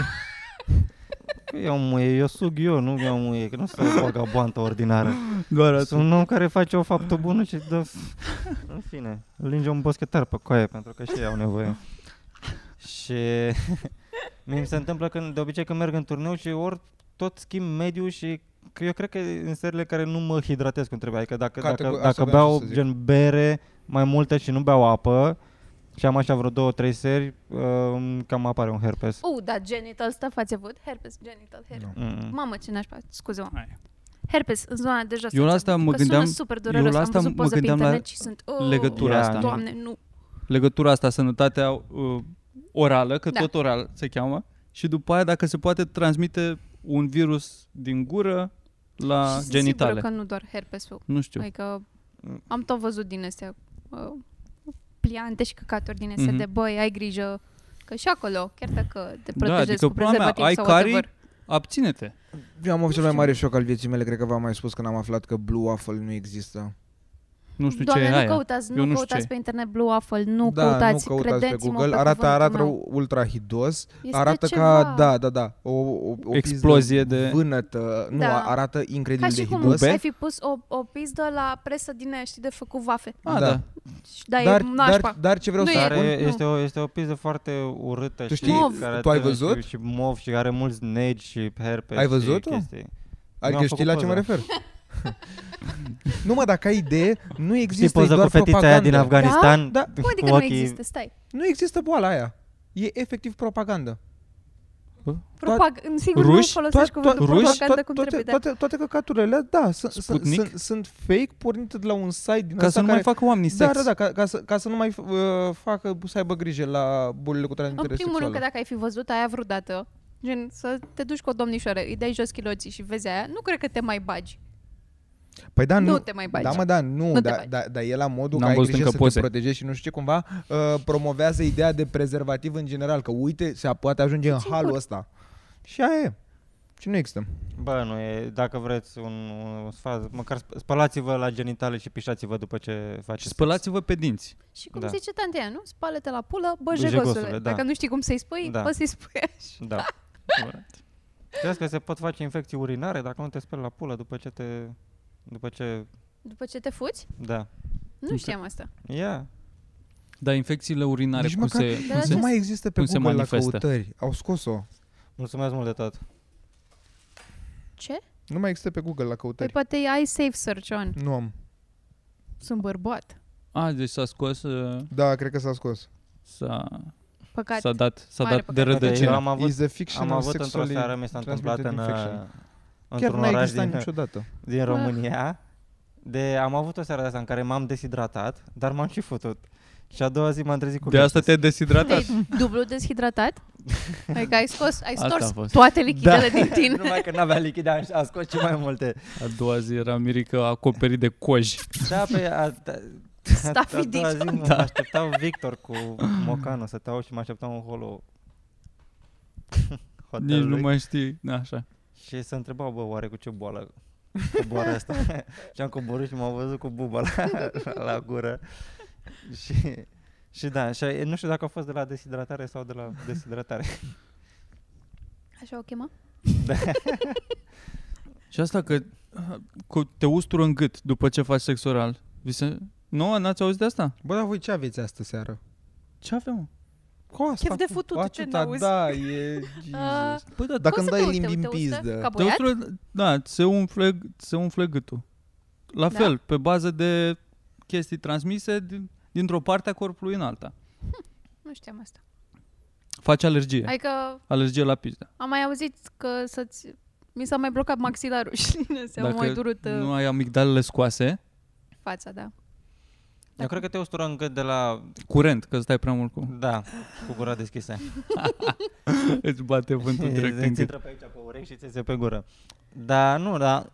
D: că iau muie, eu sug eu, nu iau muie, că nu sunt o vagabantă ordinară.
E: (laughs) Doar
D: Sunt un om care face o faptă bună și dă... În fine, linge un boschetar pe coaie pentru că și ei au nevoie. Și (laughs) mi se întâmplă când, de obicei când merg în turneu și ori tot schimb mediu și că eu cred că e în serile care nu mă hidratez cum trebuie. Adică dacă,
C: Categor-
D: dacă,
C: asta
D: dacă
C: vreau
D: beau
C: să zic.
D: gen bere mai multe și nu beau apă și am așa vreo două, trei seri, um, cam apare un herpes.
A: U, da, genital stuff ați avut? Herpes, genital, herpes.
E: Da.
C: Nu.
D: Mm.
A: Mamă, ce nașpa, scuze mă
E: Hai.
A: Herpes, în zona de jos.
E: Eu la
A: ați
E: asta
A: avut,
E: mă
A: că
E: gândeam-
A: sună super dureros.
E: eu la
A: Am
E: asta
A: văzut
E: mă
A: poze pe
E: găndeam la
A: internet și sunt... Oh,
E: legătura
D: asta.
A: Doamne, nu.
E: legătura asta, sănătatea uh, orală, că
A: Da.
E: da. tot oral se cheamă, și după aia dacă se poate transmite un virus din gură la
A: Și sunt
E: genitale.
A: sigură că nu doar herpesul.
E: Nu știu. Mm.
A: Adică am tot văzut din astea uh, pliante și căcaturi din astea
E: Mhm.
A: de băi, ai grijă că și acolo, chiar dacă te protejezi
E: Da, adică
A: cu
E: pula mea,
A: prezervativ
E: ai
A: sau
E: carii,
A: whatever.
E: Abține-te.
C: Eu am avut cel mai mare șoc al vieții mele, cred că v-am mai spus când am aflat că Blue Waffle nu există.
E: Nu știu
A: Doamne,
E: ce e
A: nu
E: aia.
A: căutați,
E: Eu
A: nu,
E: nu știu
A: căutați
E: ce
A: pe internet Blue Waffle, nu
C: da,
A: căutați,
C: nu căutați pe
A: credeți-mă
C: Google,
A: pe
C: arată,
A: cuvântul
C: arată
A: meu.
C: ultra hidos,
A: Este
C: arată
A: ceva.
C: ca, da, da, da, o, o, o pizdă
E: Explozie de-
C: vânătă, nu,
A: Da.
C: arată
A: Ca
C: incredibil de
A: și cum
C: hidos.
A: ai fi pus o, o pizdă la presă din aia, știi, de făcut vafe.
E: Ah,
C: Da.
E: da.
A: Și- Da,
C: dar,
A: e nașpa.
C: dar, dar ce vreau
A: Nu
C: să
A: e-
D: Care
C: spun,
A: Nu.
D: este, o, este o pizdă foarte urâtă
C: Tu
D: și
C: știi?
A: Mov.
D: care
C: Tu ai
D: atârnă
C: văzut?
D: Și, și mov și care are mulți negi și herpes
C: Ai
D: și
C: văzut-o?
D: chestii. Eu
C: adică
D: am
C: știi
D: făcut
C: la ce mă
D: poza.
C: refer. (laughs) nu mă, dacă ai idee, nu
D: Știi
C: există, e
D: poza
C: doar
D: cu fetița aia
C: propagandă.
D: din Afganistan?
C: Da, (laughs)
A: Cum adică nu există? Stai.
C: nu există boala aia. E efectiv propagandă.
A: Propag- sigur
E: ruși?
A: nu folosești cuvântul propagandă
C: toate-
A: cum
C: toate,
A: trebuie. da.
C: toate, toate căcaturile alea, da, sunt, sunt,
E: Sputnik?
C: sunt, sunt fake pornite de la un site din
E: Ca
C: ăsta
E: să nu
C: care...
E: mai facă oamenii
C: da,
E: sex.
C: da, da, ca, ca, să, ca să nu mai f- uh, facă, să aibă grijă la bolile cu
A: În
C: transmitere
A: primul
C: sexuală.
A: rând că dacă ai fi văzut aia vreodată, gen să te duci cu o domnișoară, îi dai jos chiloții și vezi aia, nu cred că te mai bagi.
C: Păi da,
A: nu
C: nu,
A: te mai bagi.
C: Da, mă, da, nu,
A: te
C: dar
A: bagi.
C: da, da, e la modul că
E: N-am
C: ai
E: văzut
C: grijă
E: încă
C: să
E: poze.
C: te protejezi și nu știu ce, cumva uh, promovează ideea de prezervativ în general, că uite, se poate ajunge în
A: Puțin
C: halul
A: cur.
C: ăsta. Și aia e. Și nu există.
D: Bă, nu e, dacă vreți un, un sfat, măcar sp- spălați-vă la genitale și pișați-vă după ce faceți
E: Și spălați-vă pe dinți.
A: Și cum da.
D: Da.
A: zice tantea, nu? Spală-te la pulă, bă,
D: Băjegosule,
A: jegosule.
D: da.
A: Dacă nu știi cum să-i spui, da.
D: Da.
A: poți să-i spui așa.
D: sex.
C: (laughs)
D: Da. Știați că se pot face infecții urinare dacă nu te speli la pulă după ce te... După ce...
A: După ce te fuți?
D: Da.
A: Nu știam asta.
D: Ia.
E: Dar infecțiile urinare
C: Nici
E: cum
C: măcar-
E: se...
A: Da,
E: cum
A: da,
E: se-
C: Nu mai există pe
E: cum se
C: Google la
E: manifestă?
C: căutări. Au scos-o.
D: Mulțumesc mult de tot.
A: Ce?
C: Nu mai există pe Google la
A: Păi
C: căutări.
A: poate ai safe search on.
C: Nu am.
A: Sunt bărbat.
E: A, deci s-a scos, uh,
C: Da, cred că s-a scos.
E: s-a,
A: Păcat.
E: s-a dat, s-a
A: Mare
E: dat de
A: păcat.
D: Uite, Eu
E: rădăcină.
D: am avut,
C: Is a fiction
D: am avut într-o seară, mi s-a întâmplat în, uh,
C: Chiar
D: într-un
C: nu a
D: oraș
C: existat
D: din,
C: niciodată.
D: din România. De, am avut o seară de asta în care m-am deshidratat, dar m-am și futut. Și a doua zi m-am trezit cu
E: De asta
D: gastric.
E: te-ai
A: (laughs)
E: deshidratat.
A: Te-ai dublu deshidratat? Adică ai scos, ai
E: Asta
A: stors
E: a fost.
A: toate
E: Da.
A: lichidele
D: Da.
A: din tine.
D: (laughs) Numai că n-avea lichid, am am scos ce mai multe.
E: A doua zi era Mirica acoperit de coji.
D: Da, pe a, a, a
A: Stafidit.
D: doua zi mă da. așteptau Victor cu Mocanu să te și mă așteptau în holul
E: Nici nu
D: hotelului
E: mai știi. Da, Așa.
D: și se întrebau, bă, oare cu ce boală
A: (laughs)
D: coboară asta? și am coborât și m-au văzut cu buba la, la gură. Și, și da, și nu știu dacă a fost de la deshidratare sau de la deshidratare.
A: Așa o chema?
E: Și asta că cu te ustură în gât după ce faci sex oral. Vi se... Nu, n-ați auzit de asta?
C: Bă, dar voi ce aveți astă seară?
E: Ce avem? mă?
C: Cu asta,
A: Chef de
C: cu
A: futut, ce
C: aciuta,
A: n-auzi? (laughs)
C: Da, e... Jesus.
E: Păi da,
C: Dacă
A: Cum
C: îmi
A: se
C: dai
A: te uite?
C: limbi în
A: Uite, ustă?
C: pizdă.
A: Ca
E: te
A: băiat?
E: ustură, da, se umfle, se umfle gâtul. La
A: Da.
E: fel, pe bază de chestii transmise din, dintr-o parte a corpului în alta.
A: Nu știam asta.
E: Face alergie. Ai...
A: Adică
E: Alergie la pizda.
A: am mai auzit că să-ți... Mi s-a mai blocat maxilarul (laughs) și s-a mai durut uh,
E: nu ai amigdalele scoase,
A: fața, da.
D: Eu cred că te ustură în gât de la...
E: curent, că stai prea mult cu...
D: Da, cu gura (laughs) deschisă.
E: (laughs) Îți bate vântul
D: Și
E: direct
D: îți
E: în gât.
D: intră pe aici, pe urechi și ți iese pe gură. Da, nu, da.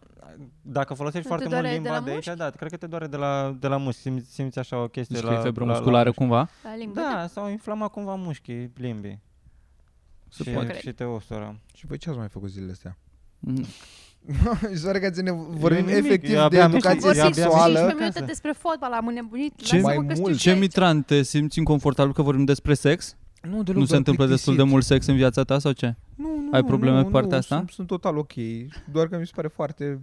D: Dacă folosești
A: Te
D: foarte
A: doare
D: mult
A: de
D: limba
A: la
D: de, aici, da, cred că te doare de la, de la mușchi. Simți, simți așa o chestie
E: Deci
D: la,
E: la, febră
D: la,
E: musculară
D: la mușchi.
E: cumva.
A: La limbă, da.
D: Da, sau inflama cumva mușchii limbii.
E: Se
D: și,
E: poate.
D: și te ustură.
C: Și voi ce ați mai făcut zilele (laughs) astea?
E: Mm.
C: Și doar că ne vorbim
D: nimic,
C: efectiv
D: eu
C: de
D: abia am ieșit-
C: educație
D: eu
A: Vorbim
C: sexuală.
D: abia am ieșit
A: 15
D: din
A: minute
D: acasă.
A: despre fotbal, am înnebunit.
C: Ce-
A: Lasă-mă
C: Mai
A: că știu
C: mult.
E: Ce,
A: aici.
E: Mitran, te simți inconfortabil că vorbim despre sex?
C: Nu,
E: nu se întâmplă destul de mult sex în viața ta sau ce?
C: Nu, nu,
E: Ai probleme
C: nu,
E: cu partea
C: nu,
E: asta?
C: Sunt, sunt total ok, doar că mi se pare foarte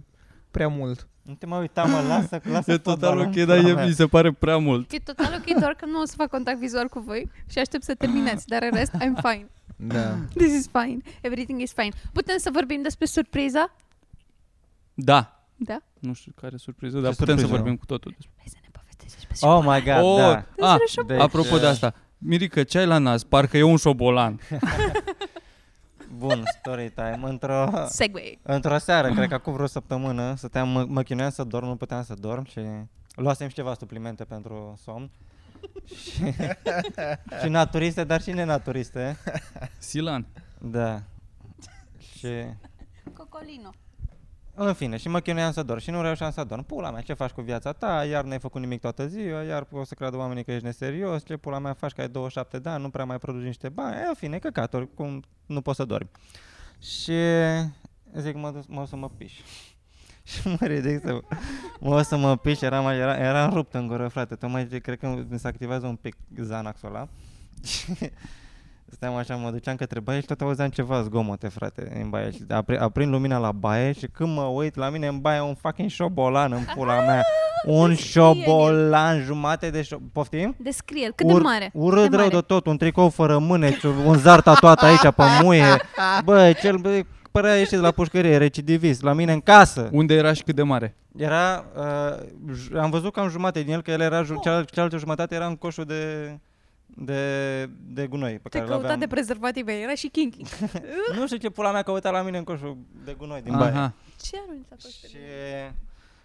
C: prea mult.
D: Nu te mai uita, mă,
E: (laughs)
D: lasă, lasă
E: E total
D: fotbalul
E: ok,
D: în
E: dar
D: pula
E: e,
D: mea.
E: mi se pare prea mult.
A: E total ok, doar că nu o să fac contact vizual cu voi și aștept să terminați, dar în rest, I'm fine.
C: Da.
A: This is fine. Everything is fine. Putem să vorbim despre surpriza?
E: Da.
A: Da?
E: Nu știu care surpriză, dar putem
D: surpriză,
E: să vorbim
D: mă?
E: cu totul despre.
A: Hai să ne povestești despre surpriza.
D: Oh my god,
E: Oh,
D: da.
E: a,
A: Despre șobolan.
D: Deci,
E: apropo de
D: uh,
E: asta, Mirica, ce ai la nas? Parcă e un (laughs) șobolan.
D: Bun, story time. Într-o,
A: Segway.
D: într-o seară, cred că acum vreo săptămână, stăteam, mă, mă chinuiam să dorm, nu puteam să dorm și luasem și ceva suplimente pentru somn.
E: (laughs)
D: și, și naturiste, dar și nenaturiste.
E: Silan.
D: Da. Și...
A: Cocolino.
D: În fine, și mă chinuiam să dorm și nu reușeam să dorm. Pula mea, ce faci cu viața ta? Iar n-ai făcut nimic toată ziua, iar o să creadă oamenii că ești neserios, ce pula mea faci că ai 27 de ani, nu prea mai produci niște bani. E, în fine, căcat, oricum nu poți să dormi. Și zic, mă, dus- mă o să mă piș. (laughs) și mă ridic să mă o să mă piș, eram, era, eram rupt în gură, frate, tocmai ce- cred că mi se activează un pic Xanaxul ăla. (laughs) Și Stăteam așa, mă duceam către baie și tot auzeam ceva zgomote, frate, în baie. Și apri, aprind lumina la baie și când mă uit la mine în baie, un fucking șobolan în pula mea. Un șobolan, jumate de șobolan. Poftim?
A: Descrie-l. Cât de mare?
D: Urât
A: de
D: rău
A: mare.
D: de tot, un tricou fără mâneci, un zar tatuat aici pe muie. Bă, cel bă, părea ieșit de la pușcărie, recidivist, la mine în casă.
E: Unde era și cât de mare?
D: Era, uh, j- am văzut cam jumate din el, că el era, ju- cealaltă, cealaltă jumătate era în coșul de, de, de gunoi pe
A: Te
D: care l
A: căuta
D: aveam.
A: de prezervative, era și kinky.
D: Nu știu ce pula mea căuta la mine în coșul de gunoi din baie.
A: Ce arunci a fost?
D: Și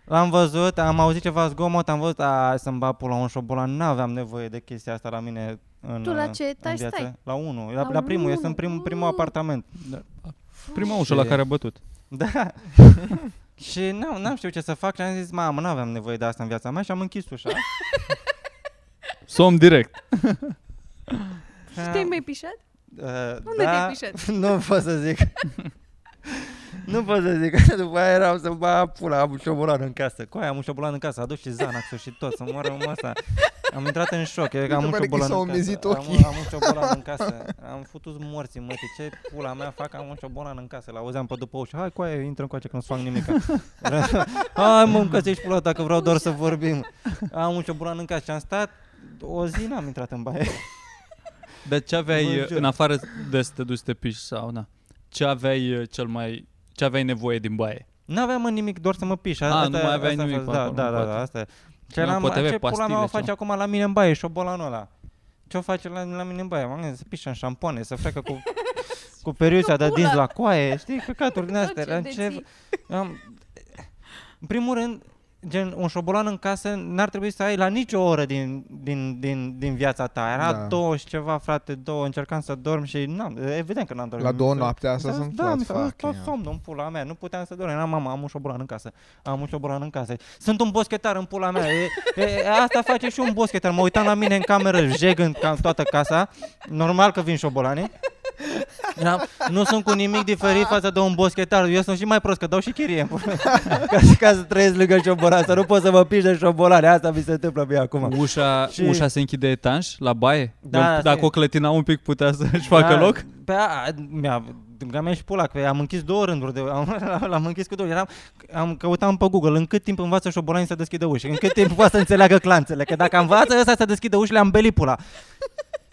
D: l-am văzut, am auzit ceva zgomot, am văzut, a, să-mi bat pula un șobolan, n-aveam nevoie de chestia asta la mine în,
A: Tu la
D: uh,
A: ce
D: în
A: etaj
D: viață.
A: stai?
D: La 1, la,
A: La
D: la, primul,
A: unu,
D: este în prim, primul
A: mm.
D: apartament.
E: Prima ușă la care a bătut.
D: Da. și n-am, n-am știut ce să fac și am zis, mamă, n-aveam nevoie de asta în viața mea și am
A: (laughs)
D: închis ușa.
E: Somn direct.
A: Și te-ai mai pișat?
D: Uh,
A: Unde
D: da,
A: te-ai
D: (laughs) nu pot să zic. nu pot să zic, (laughs) că după aia eram să bă, pula, am un șobolan în casă. Cu aia am un șobolan în casă, a dus și Xanax-ul și tot, să moară omul ăsta. Am intrat în șoc, eu că am
C: Mi
D: un
C: se pare că
D: șobolan
C: s-au
D: în
C: umezit
D: casă. Am,
C: ochii.
D: am un șobolan în casă. Am futut morții, mă, ce pula mea fac, am un șobolan în casă. L-auzeam pe după ușă, hai cu aia, intră în coace că nu-ți fac
C: (laughs)
D: nimic. hai mă, că ești pula, dacă vreau doar să vorbim. Am un șobolan în casă și am stat, o zi n-am intrat în baie.
E: Dar ce
D: Vă
E: aveai, uh,
D: jur.
E: în afară de să te duci să te piși sau na, ce aveai uh, cel mai... Ce aveai nevoie din baie?
D: N-aveam mă, nimic, doar să mă piș. A,
E: nu mai aveai nimic
D: Da,
E: pe acolo,
D: da, da,
E: poate.
D: da, asta e. Și
E: Nu,
D: eram,
E: poate aveai
D: ce pula
E: pastile,
D: mea o
E: ceva.
D: face acum la mine în baie, șobolanul ăla? Ce o face la, la mine în baie? M-am gândit să pișe în șampoane, să frecă
A: (laughs)
D: cu, cu periuța de
A: pula.
D: dinți la coaie, știi, căcaturi din
A: Tot
D: astea.
A: ce
D: Eram ce...
A: deții.
D: Am, în primul rând, gen un șobolan în casă n-ar trebui să ai la nicio oră din, din, din, din viața ta. Era
C: Da.
D: da. două și ceva, frate, două, încercam să dorm și n-am, evident că n-am dormit.
C: La două
D: Mi s-a-
C: noaptea asta
D: da,
C: sunt
D: da, mi s-a dus
C: fucking
D: tot
C: hell.
D: somnul în pula mea, nu puteam să dorm. Era mama, am un șobolan în casă, am un șobolan în casă. Sunt un boschetar în pula mea. E, e, asta face și un boschetar. Mă uitam la mine în cameră, jegând ca toată casa. Normal că vin șobolanii. Eram, Da, nu sunt cu nimic diferit față de un boschetar. Eu sunt și mai prost, că dau și chirie. în pula (laughs) mea. ca, să- ca să trăiesc lângă șobolan, să nu pot să mă piși de șobolane. Asta mi se întâmplă mie acum.
E: Ușa,
D: Și-
E: ușa se închide etanș la baie?
D: Da,
E: Da,
D: asta
E: Dacă
D: e.
E: o clătina un pic putea să-și facă
D: Da,
E: loc?
D: Pe a, mi-a, mi-a și pula, că am închis două rânduri, de, am, (laughs) l-am închis cu două, eram, am căutam pe Google în cât timp învață șobolanii să deschidă ușile, în cât timp poate să înțeleagă clanțele, că dacă învață ăsta să deschidă ușile, am belit pula.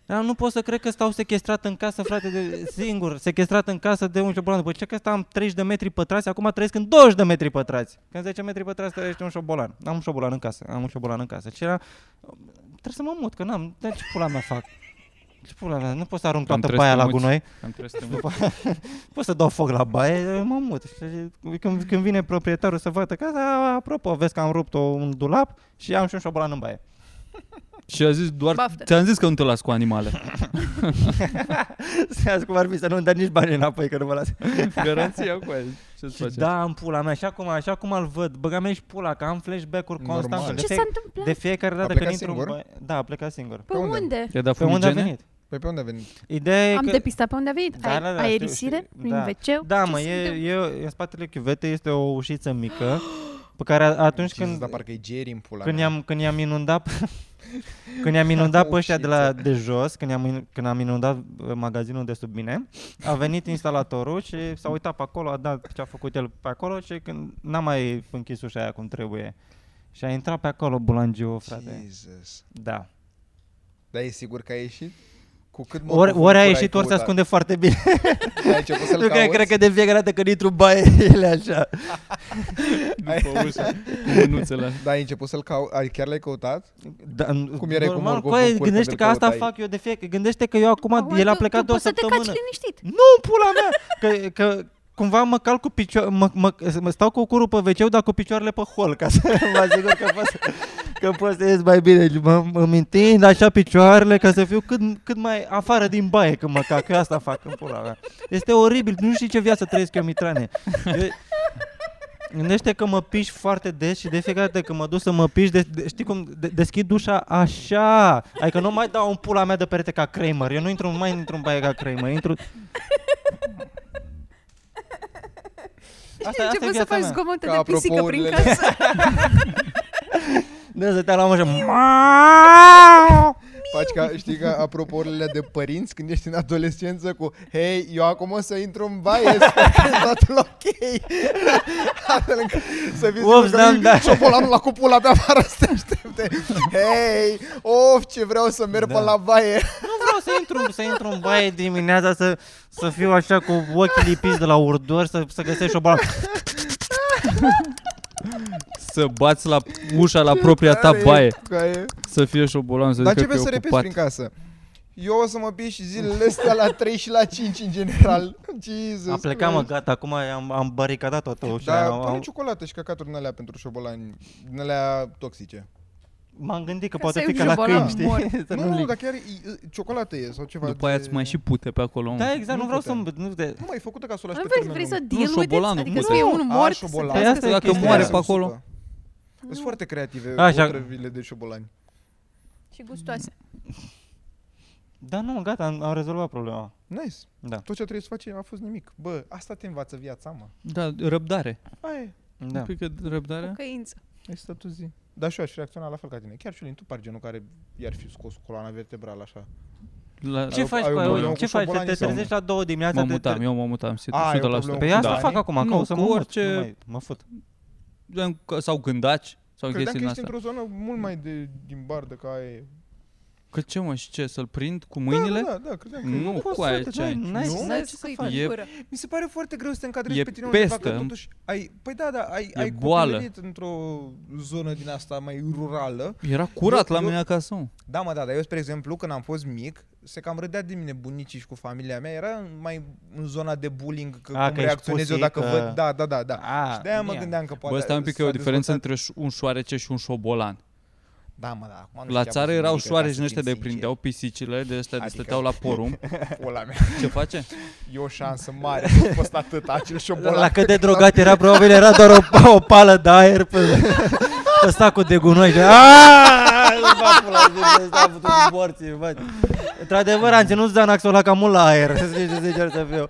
D: Eram, nu pot să cred că stau sequestrat în casă, frate, de, singur, sequestrat în casă de un șobolan. După ce că stau am 30 de metri pătrați, acum trăiesc în 20 de metri pătrați. Că în 10 metri pătrați trăiește un șobolan. Am un șobolan în casă, am un șobolan în casă. Și era, trebuie să mă mut, că n-am, dar ce pula mea fac? Ce pula mea, nu pot să arunc
E: Am
D: toată
E: trebuie
D: baia la
E: să te muți.
D: gunoi.
E: Am trebuit să
D: După aia, pot să dau foc la baie, mă mut. Și Când, când vine proprietarul să vadă casa, apropo, vezi că am rupt o- un dulap și am și un șobolan în baie. (laughs)
E: Și a zis doar,
A: Baftă.
E: ți-am zis că nu te las cu (laughs) animale.
D: Să azi cum ar fi să nu-mi dea nici bani înapoi, că nu mă las.
E: Garanția cu aia. Ce-ți
D: Și
E: face?
D: da, în pula mea, și acum, așa cum îl văd, băga mea și pula, că am flashback-uri
C: Normal.
D: constant. că de
A: Ce
D: fie-
A: s-a întâmplat?
D: De fiecare dată
C: plecat
D: când intru
C: singur?
D: în baie, da, a plecat singur.
A: Pe
C: Pe unde?
A: unde?
E: I-a dat
D: Pe unde a
E: fumigene?
D: venit?
C: (gasps) Păi pe unde a venit?
D: Ideea e
A: Am
D: că...
A: depistat pe unde a venit?
D: Da,
A: Ai-
D: da, da,
A: ai
D: știu,
A: aerisire
D: știu.
A: prin
D: Da.
A: weceu?
D: Da,
A: Ce
D: mă,
A: se
D: e,
A: întâmplă?
D: e, în spatele chiuvetei este o ușiță mică (gasps) pe care a- atunci
C: Jesus,
D: când,
C: Dar parcă e Jerry în pula
D: când,
C: mea.
D: i-am, când i-am inundat (laughs) când i-am inundat pe ăștia de, la,
C: Ușiță.
D: de jos, când, i-am, in- când am inundat uh, magazinul de sub mine, a venit instalatorul și s-a uitat pe acolo, a dat ce a făcut el pe acolo și când n-a mai închis ușa aia cum trebuie. Și a intrat pe acolo bulangiu, frate.
C: Jesus.
D: Da.
C: Dar e sigur că a ieșit? Cu cât mă
D: Ori,
C: confund,
D: ori a
C: pula ai
D: ieșit, ori se
C: căutat. (laughs)
D: ascunde foarte bine.
C: Ai început să-l
D: (laughs) Nu cred,
C: cauți?
D: cred că de fiecare dată când intru în (laughs) baie, el e așa.
E: După ușa, cu mânuțele. așa.
C: Dar ai început să-l cauți? Ai chiar l-ai căutat?
D: Da, în-
C: Cum erai cu
D: normal,
C: Morgov
D: coaie,
C: în curte,
D: gândește
C: îl
D: că asta
C: căutai.
D: fac eu de fiecare. Gândește că eu acum,
A: Acum
D: el a
A: tu-
D: plecat
A: tu
D: de o
A: poți să te caci
D: săptămână.
A: liniștit.
D: Nu, pula mea! Că, că cumva mă cal cu picioare, mă, mă, mă, stau cu curul pe wc dar cu picioarele pe hol, ca să (laughs) mă asigur că pot să, că pot să ies mai bine. Mă, mă întind așa picioarele ca să fiu cât, cât mai afară din baie când mă cac. Eu asta fac în pula mea. Este oribil. Nu știu ce viață trăiesc eu, Mitrane. Eu, Gândește că mă piși foarte des și de fiecare dată când mă duc să mă piși, de, de, știi cum, de, deschid dușa așa. Adică nu mai dau un pula mea de perete ca Kramer. Eu nu intru, nu mai intru în baie ca Kramer. Intru... Asta,
A: Ai
D: asta e
A: început să
D: viața
A: faci
D: mea.
A: zgomote
C: Ca
A: de pisică prin
C: apropourile.
A: casă.
D: Da, să te la mână și...
C: Faci ca, știi că apropourile de părinți când ești în adolescență cu Hei, eu acum o să intru în baie să fac totul ok (laughs) Astfel încât să fii
D: Ups,
C: sigur că nu-i
D: da, da.
C: șobolanul la cupula pe afară (laughs) să te aștepte Hei, of, ce vreau să merg
D: Da.
C: până la baie
D: Nu vreau să intru, să intru în baie dimineața, să, să fiu așa cu ochii lipiți de la urdor, să, să găsești o bală.
E: Să bați la ușa la propria ta
C: Care e-
E: Păi baie.
C: care e?
E: Să fie șobolan, să
C: Dar
E: zică
C: începe
E: că
C: să
E: e
C: repezi
E: ocupat.
C: prin casă eu o să mă piși zilele astea la 3 și la 5 în general. (laughs) Jesus.
D: Am plecat, mă, gata, acum am, am baricadat toată ușa.
C: Dar
D: am,
C: pune
D: am,
C: ciocolată și cacaturi din alea pentru șobolani, din alea toxice.
D: m-am gândit că
A: Ca
D: poate
A: să
D: fi
A: iei
D: ca la
A: șobolan
D: câini,
A: mort.
D: știi? (laughs) Să
C: nu,
D: nu
C: nu,
D: lic.
C: dar chiar e, e, ciocolată e sau ceva
E: După
C: de...
E: aia îți mai și pute pe acolo.
D: Da, exact, nu
C: nu
D: vreau să...
C: putem.
D: Nu, de,
C: Nu mai e făcută ca să o lași
A: Nu
C: pe
A: vrei,
C: termen
A: vrei să
C: lung.
E: Nu,
A: deal with it? Adică
E: șobolanul putea.
A: să fie
C: Nu,
A: unul
C: a,
A: mort?
C: șobolan.
A: să-
D: Păi asta e
E: dacă
D: chestia
E: moare
D: aia.
E: pe acolo.
C: Da. Sunt foarte creative
D: Așa.
C: Așa. otrăvile de șobolani.
A: Și gustoase.
D: Da, nu, gata, am, am rezolvat problema.
C: Nice.
D: Da.
C: Tot ce trebuie să faci a fost nimic. Bă, asta te învață viața, mă.
E: Da, răbdare.
C: Aia e.
D: Da.
E: Un pic de răbdare.
A: Căință.
C: Ai stat tu zi. Dar și eu aș reacționa la fel ca tine. Chiar și Lin, tu par genul care i-ar fi scos coloana vertebrală așa.
E: La,
D: Ce
C: Ai-
D: faci
C: ai
D: cu
C: un
D: aia?
C: problemă
D: Ce
C: cu
D: faci? Să
C: șobolanii
D: te
C: sau nu?
D: trezești la două dimineața?
E: mă
D: te-
E: mutam,
D: te-
E: eu mă mutam, sit-
C: A, e o
E: 100%.
C: problemă.
D: Păi asta
C: Da.
D: fac acum, că
E: Nu,
D: o să
E: cu
D: mă mut,
E: orice-
D: nu mai- Mă fut.
E: Gen, că- Sau gândaci, sau
C: Credeam
E: chestii
C: că
E: din
C: Da. ești
E: asta.
C: într-o zonă mult mai de, din bardă ca aia e.
E: Că ce mă, și ce, să-l prind cu mâinile?
C: Da, da, da, credeam că
E: Nu,
C: nu.
E: cu
D: poți să
E: aia
D: te
E: ce ai.
D: dai, n-ai-
C: Nu?
D: n-ai
B: Să
D: ce să
B: scui
D: faci.
B: pe
E: E-
B: gură.
C: Mi se pare foarte greu să te încadrezi
E: E
C: pe tine undeva, că
E: pestă.
C: totuși ai, păi da, da, ai, ai
E: boală.
C: copilărit într-o zonă din asta mai rurală.
E: Era curat
C: Eu-
E: la
C: eu-
E: mine acasă, mă.
C: Da, mă, da, dar eu, spre exemplu, când am fost mic, se cam râdea de mine bunicii și cu familia mea, era mai în zona de bullying, că
D: A,
C: cum
D: că ești
C: reacționez eu
D: pusică.
C: dacă văd, da, da, da, da.
D: A,
C: și de-aia mă
D: bine.
C: gândeam că poate
E: Bă, stai un pic că e o
C: s-a
E: diferență
C: dezvoltat-
E: între ș- un șoarece și un șobolan.
C: Da, mă, da, acum nu
E: La
C: știam
E: țară
C: cum se
E: erau
C: numește, ca
E: șoareci
C: să
E: din ăștia
C: fim
E: de
C: sinceri. (laughs)
E: prindeau pisicile, de ăștia de
C: Adică-
E: stăteau la
C: (laughs)
E: porumb.
C: Ola mea,
E: Ce face?
C: e o șansă
E: (laughs)
C: mare că a fost atât acel șobolan.
D: La cât de drogat era, probabil era doar o, o pală de aer pe, pe sacul de gunoi. De, Aaaa, îl fac pula zi, ăsta a putut morții, bă. Într-adevăr, am ținut Zanaxul ăla cam mult la aer, să zici de sincer să fiu.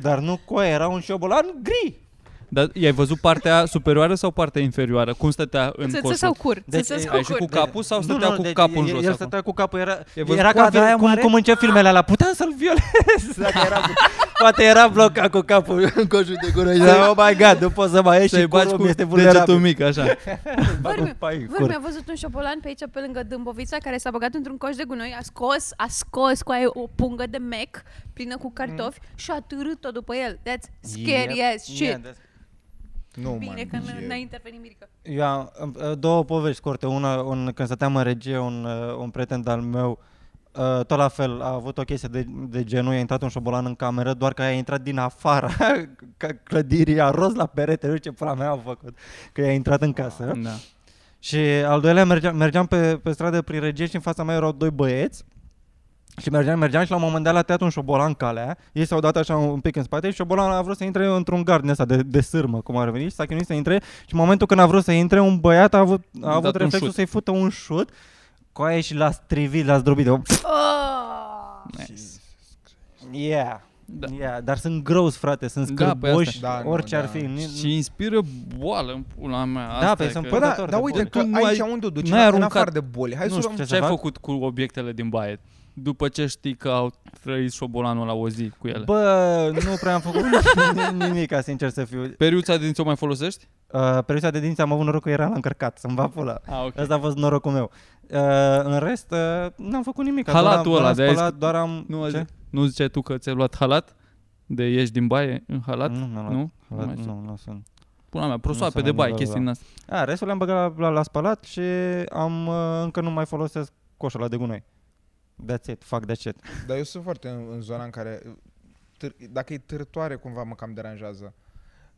D: Dar nu coa, era un șobolan gri.
E: Dar i-ai văzut partea superioară sau partea inferioară? Cum stătea în
A: Țăță
E: coșul?
A: sau cur? Țăță
D: e-
A: sau
E: ai și cu
A: cur?
E: capul sau
D: Nu,
E: stătea
D: nu,
E: cu
D: deci
E: capul în
D: el-
E: jos
D: El
E: acum?
D: stătea cu capul, era,
E: E văzut
D: era ca
E: coada aia
D: fi, cum,
E: mare?
D: cum încep filmele alea, puteam să-l
E: (laughs)
D: violez. Dacă era cu, poate era blocat cu capul în coșul de gură. și
E: Da,
D: zicea, oh my god, nu pot să mai ieși
E: Deci- Să-i
D: și
E: baci
D: curul
E: cu
D: cu este
E: degetul
D: vulnerabil.
E: mic,
D: (laughs)
E: așa.
D: Bag un pai în
A: Vârmi, a văzut un șobolan pe aici, pe lângă Dâmbovița, care s-a băgat într-un coș de gunoi, a scos, a scos cu aia o pungă de mec plină cu cartofi
C: Mm.
A: și a târât-o după el. That's scary as shit.
C: Nu,
A: Bine că
C: mă,
A: n-
C: e-
A: n-a intervenit Mirica.
D: Eu am am, uh, două povești scurte. Una, un, când stăteam în regie, un, uh, un prieten al meu, uh, tot la fel, a avut o chestie de, de genul, i-a intrat un șobolan în cameră, doar că a intrat din afara (laughs) ca- clădirii, a rost la perete, nu știu ce pula mea au făcut, că i-a intrat în casă.
E: Da.
D: Și al doilea, mergeam, mergeam pe, pe stradă prin regie și în fața mea erau doi băieți și mergeam, mergeam și la un moment dat le-a tăiat un șobolan calea, ei s-au dat așa un pic în spate și șobolan a vrut să intre într-un gard din ăsta de, de sârmă, cum ar veni, și s-a chinuit să intre și în momentul când a vrut să intre, un băiat a avut,
E: dat
D: a avut
E: un
D: reflexul
E: șut.
D: să-i fută un șut, cu aia și l-a strivit, l-a zdrobit. Eu,
A: Oh!
D: Yeah.
E: Da.
D: Da. Yeah, dar sunt gros, frate, sunt
E: Da, păi asta-
D: scârboși,
C: Da,
D: da,
C: nu,
D: orice ar
C: da.
D: fi. Ni-
E: Și inspiră boală în pula mea.
D: Da,
E: Asta
D: păi
E: e
D: sunt
E: că-
C: Bă, da,
D: Rădător de
C: dar uite
D: boli.
C: că
E: Că nu
C: aici
E: ai-
C: unde o duci,
E: n-ai
C: în
E: aruncat-
C: afară de boli. Hai
E: nu
C: să
E: știu
C: luăm
E: ce,
D: ce
E: ce ai
D: să fac.
E: făcut cu obiectele din baie după ce știi că au trăit șobolanul la o zi cu ele. Bă.
D: Bă, nu prea am făcut (laughs) nimic, sincer să fiu.
E: Periuța din ți-o mai folosești?
D: Uh, periuța de dinți am avut noroc că era la încărcat, să-mi va pula.
E: Ah, ok.
D: Ăsta a fost norocul meu. Uh, în rest, uh, n-am făcut nimic. doar am,
E: Halatul
D: doar
E: ăla
D: am
E: de aia
D: spălat,
E: zic-
D: doar am...
E: Nu,
D: ce?
E: azi, nu ziceai tu că ți-ai luat halat? De ieși din baie în halat?
D: Nu, n-am luat
E: Nu?
D: halat,
E: mai știu.
D: nu, nu sunt.
E: Pula mea,
D: Nu
E: prosoape
D: s-a
E: de baie,
D: mai
E: chestii din
D: întâmplat.
E: astea.
D: A, restul le-am băgat la, la, la spălat și am, uh, încă nu mai folosesc coșul ăla de gunoi. That's it, fuck that shit.
C: Dar eu sunt foarte în, în zona în care târ- dacă e târătoare cumva mă cam deranjează.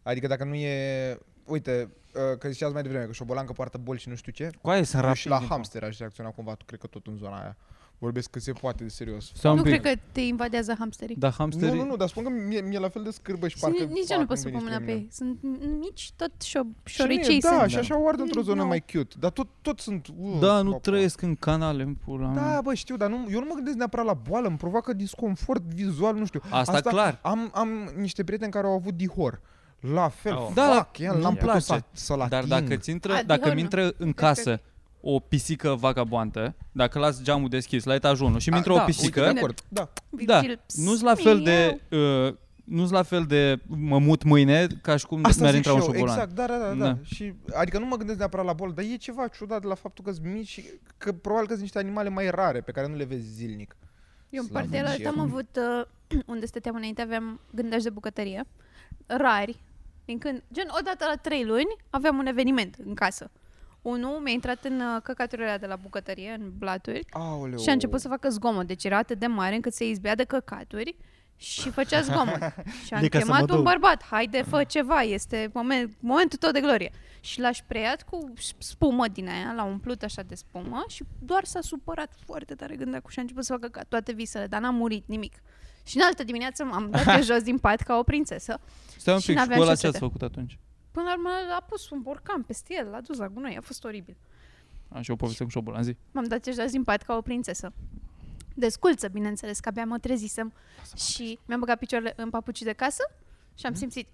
C: Adică dacă nu e, uite, uh, că ziceați mai devreme că șobolancă poartă boli și nu știu ce.
D: Cu aia sunt
C: Eu
D: rapid.
C: și la
D: din-
C: hamster aș reacționa cumva, tu cred că tot în zona aia. Vorbesc că se poate de serios.
E: Stai
A: Nu
E: un
A: cred
E: pic.
A: că te invadează hamsterii.
E: Da, hamsterii...
C: Nu, nu, nu, dar spun că mie, mie la fel de scârbă și
A: Și
C: parcă...
A: ni- nici eu
C: fac
A: nu pot să
C: când
A: pun
C: vine
A: mâna
C: spre
A: pe
C: mine.
A: ei. Sunt mici, tot șob-
C: Și nu e,
A: șoricei
C: da,
A: sunt. Mm,
C: și așa o ard într-o zonă
A: Nu.
C: mai cute. Dar tot, tot sunt... uh,
E: Da, nu
C: papă.
E: trăiesc în canale, în pula mea.
C: Da, bă, știu, dar nu, eu nu mă gândesc neapărat la boală, îmi provoacă disconfort vizual, nu știu.
E: Asta clar.
C: Am, am niște prieteni care au avut dihor. La fel,
E: Au.
C: oh.
E: Da,
C: fac, el,
E: nu-mi
C: n-am putut
E: place.
C: să, să-l ating.
E: Dar dacă ți intră,
A: A,
E: dacă
A: dihornă.
E: mi intră în casă o pisică vagabontă, dacă las geamul deschis la etajul 1 și mi intră o
C: da,
E: pisică,
C: Uite, de acord, da.
E: da,
A: Virgil, ps,
E: nu-s la fel de
A: miau.
E: uh, nu-s la fel de mă mut mâine ca și cum
C: Asta
E: mi-ar
C: zic
E: intra un
C: și eu,
E: șobolan.
C: exact, da, da, da, da.
E: Da.
C: Și, adică nu mă gândesc neapărat la boală, dar e ceva ciudat la faptul că sunt mici și că probabil că sunt niște animale mai rare pe care nu le vezi zilnic.
A: Eu în
C: Slavă
A: partea la
C: Dumnezeu.
A: am avut, uh, (clears throat) unde stăteam înainte, aveam gândași de bucătărie, rari, din când, gen odată la trei luni aveam un eveniment în casă. Unul mi-a intrat în uh, căcaturile alea de la bucătărie, în blaturi,
C: Aoleu.
A: și a început să facă zgomot, deci era atât de mare încât se izbea de căcaturi și făcea
D: (laughs)
A: zgomot. Și am
D: Adică să mă
A: chemat un
D: duc.
A: bărbat, haide, fă ceva, este moment, momentul tău de glorie. Și l-a spreiat cu s- spumă din aia, l-a umplut așa de spumă și doar s-a supărat foarte tare gândacul și a început să facă ca toate visele, dar n-a murit nimic. Și în altă dimineață m-am dat
D: (laughs)
A: eu jos din pat ca o prințesă.
E: Stai un
A: Și
E: pic, și
A: n-aveam
E: cu ăla
A: ce
E: ce
A: să
E: ați
A: dea.
E: făcut atunci?
A: Până la urmă a pus un borcan peste el, l-a dus la gunoi, a fost oribil.
E: Așa o poveste cu șobolan, zi.
A: M-am dat jos din pat ca o prințesă. Desculță, bineînțeles, că abia mă trezisem și mi-am băgat picioarele în papuci de casă și am
C: Mhm.
A: simțit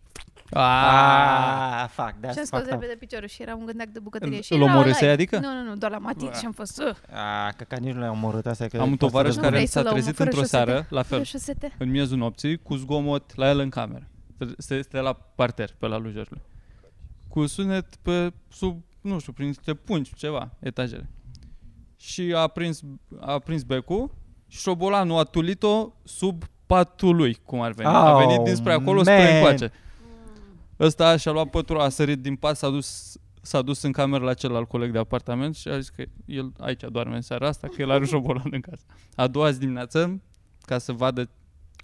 D: Ah, fuck,
A: și am
D: that's
A: scos
D: fucked up.
A: repede piciorul și era un gândac de bucătărie
E: Îl-
A: și
E: îl
A: era
E: omorâsei,
A: live.
E: adică?
A: Nu, nu, nu, doar l-am atins
E: Bă.
A: și am fost uh,
D: Ah, că, că nici nu le-am omorât, asta e că...
E: Am un
D: poate
E: tovarăș
D: să-
A: Nu vrei
E: care
A: să
E: s-a
A: luăm,
E: trezit
A: fără
E: într-o
A: șosete.
E: seară, la
A: fără
E: fel,
A: șosete.
E: în miezul nopții, cu zgomot la el în cameră. Se stă la parter, pe la lujerului. Cu sunet pe sub, nu știu, prin te pungi ceva, etajele. și a prins, a prins becul și șobolanul a tulit-o sub patul lui, cum ar veni. a
D: Au,
E: venit dinspre acolo
D: man.
E: spre încoace. Ăsta și-a luat pătura, a sărit din pat, s-a dus s-a dus în cameră la celălalt coleg de apartament și a zis că el aici doarme în seara asta, că el are un șobolan în casă. A doua zi dimineață, ca să vadă,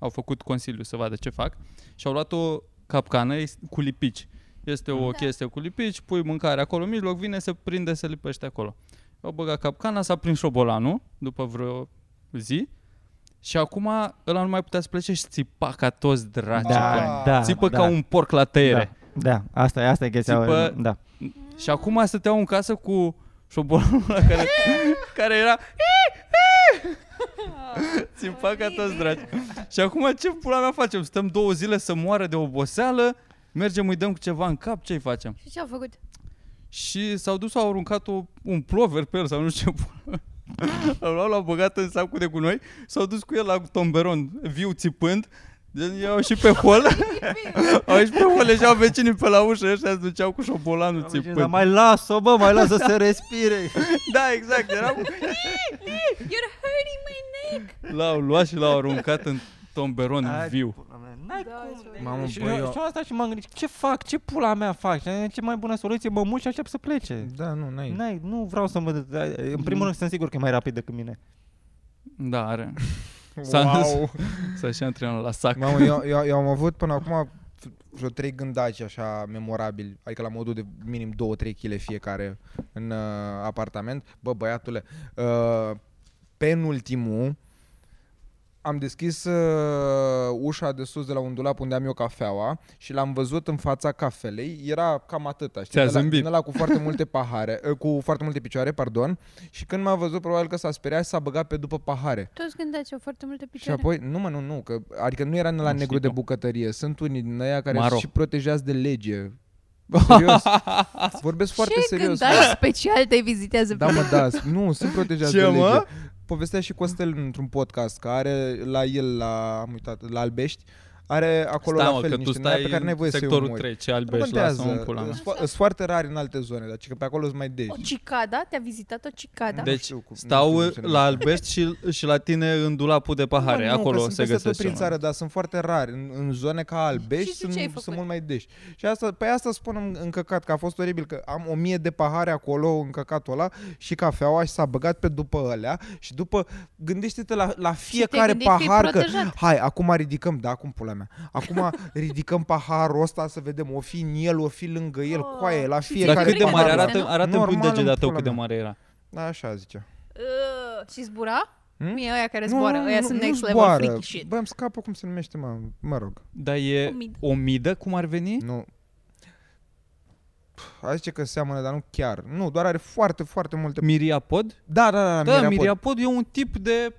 E: au făcut consiliu să vadă ce fac și au luat o capcană ex- cu lipici. Este o
A: Da.
E: chestie cu lipici, pui mâncare acolo în mijloc, vine, se prinde, se lipește acolo. Au băgat capcana, s-a prins șobolanul după vreo zi și acum ăla nu mai putea să plece și țipa ca toți draci.
C: Da.
E: Da.
C: da,
E: Țipă
D: da,
E: ca un porc la tăiere.
D: da, da, asta e, asta e chestia.
E: Țipă-
D: Da.
E: Și acum stăteau în casă cu șobolanul ăla care, care era Țimpa ca toți dragi. Și acum ce pula mea facem? Stăm două zile să moară de oboseală, mergem, îi dăm cu ceva în cap, ce-i facem?
A: Și ce au făcut?
E: Și s-au dus, au aruncat o, un plover pe el sau nu știu ce pula. L-au luat, l-au băgat în sacul de gunoi, s-au dus cu el la tomberon, viu țipând, deci i-au și pe hol, au ieșit pe hol, ieșeau vecinii pe la ușă, ăștia se duceau cu șobolanul țipând.
D: Dar mai las-o, bă, mai lasă să respire.
E: Da, exact, era
C: (laughs)
A: You're hurting my neck!
E: L-au luat și l-au aruncat în tomberon
D: Hai,
E: viu.
D: pula mea, N-ai
A: Da,
D: cum.
A: ce
C: Mamă,
D: și
C: bă,
D: eu,
C: Deci eu-
D: și eu asta și m-am gândit, ce fac, ce pula mea fac? Și Ce mai bună soluție, mă mut și aștept să plece.
C: Da, nu, n-ai.
D: N-ai, nu vreau să mă... da, În primul rând sunt sigur că e mai rapid decât mine.
E: Da, are. S-a
C: Wow.
E: S-a și antrenat la sac.
C: Mamă, eu, eu, eu, am avut până acum vreo trei gândaci așa memorabili, adică la modul de minim 2-3 kg fiecare în uh, apartament. Bă, băiatule, uh, penultimul am deschis uh, ușa de sus de la un dulap unde am eu cafeaua și l-am văzut în fața cafelei. Era cam atâta, știi?
E: Ți-a
C: de la,
E: zâmbit.
C: din ăla cu foarte multe pahare, uh, cu foarte multe picioare, pardon. Și când m-a văzut, probabil că s-a speriat și s-a băgat pe după pahare.
A: Toți gândați, au foarte multe
C: Și
A: picioare.
C: apoi, nu mă, nu, nu, că, adică nu era la
E: Nu
C: negru
E: știu.
C: de bucătărie. Sunt unii din aia care
E: Maro.
C: sunt și protejați de
E: (laughs)
C: lege. Serios. Vorbesc foarte
A: ce
C: serios.
A: gândaci special te vizitează
C: Da,
A: pe
C: mă, da, s- nu, sunt protejați
E: Ce,
C: de lege.
E: mă?
C: Povestea și Costel într-un podcast, că are la el, la, am uitat, la Albești, are acolo
E: Stai,
C: la
E: mă,
C: fel
E: că tu
C: niște din aia
E: stai
C: pe care n-ai voie
E: în
C: să-i
E: sectorul
C: omori.
E: 3, ce albeș,
C: Nu
E: lasă-mă în
C: contează,
E: pula mea.
A: Așa.
C: sunt foarte rare în alte zone, dar ci că pe acolo sunt mai deci.
A: O cicada? Te-a vizitat o cicada?
C: De-
E: Deci
C: știu cum- nu
E: stau
C: știu cum se
E: la
C: numește.
E: albești și, și la tine în dulapul de pahare,
C: Bă, nu, că
E: acolo
C: sunt
E: se
C: peste tot
E: găsesc
C: prin
E: cel
C: țară,
E: mai.
C: dar sunt foarte rari. În, în zone ca albești
A: Și tu
C: sunt,
A: ce ai
C: sunt
A: făcut?
C: mult mai dești. Și asta, pe asta spun încăcat, că a fost oribil, că am o mie de pahare acolo, încăcatul ăla, și cafeaua și s-a băgat pe după alea și după, gândește-te la, la fiecare
A: gândit că e
C: pahar, că,
A: protejat.
C: hai, acum ridicăm, da, acum pula mea,
A: (laughs)
C: acum ridicăm paharul ăsta să vedem, o fi în el, o fi lângă el,
A: Oh,
C: coaie, la
A: și ți-e
E: Dar
C: fiecare
E: cât de
A: frică
E: mare
A: de
C: pahar.
A: asta,
E: arată,
A: nu?
E: arată
C: Normal,
E: cu degetul
C: în
E: tău
C: pula
E: cât de
C: mea.
E: mare era.
C: Da, așa zicea.
A: Uh, și zbura?
C: Hmm?
A: Mie ăia care zboară, ăia sunt next level freaky shit.
C: Bă, îmi scapă cum se numește, mă, mă rog.
E: Dar e
A: O midă.
E: o midă, cum ar veni?
C: Nu. Pf, Aș zice că seamănă, dar nu chiar. Nu, doar are foarte, foarte multe...
E: Miriapod?
C: Da, da, da, da
E: Da,
C: miriapod.
E: miriapod e un tip de...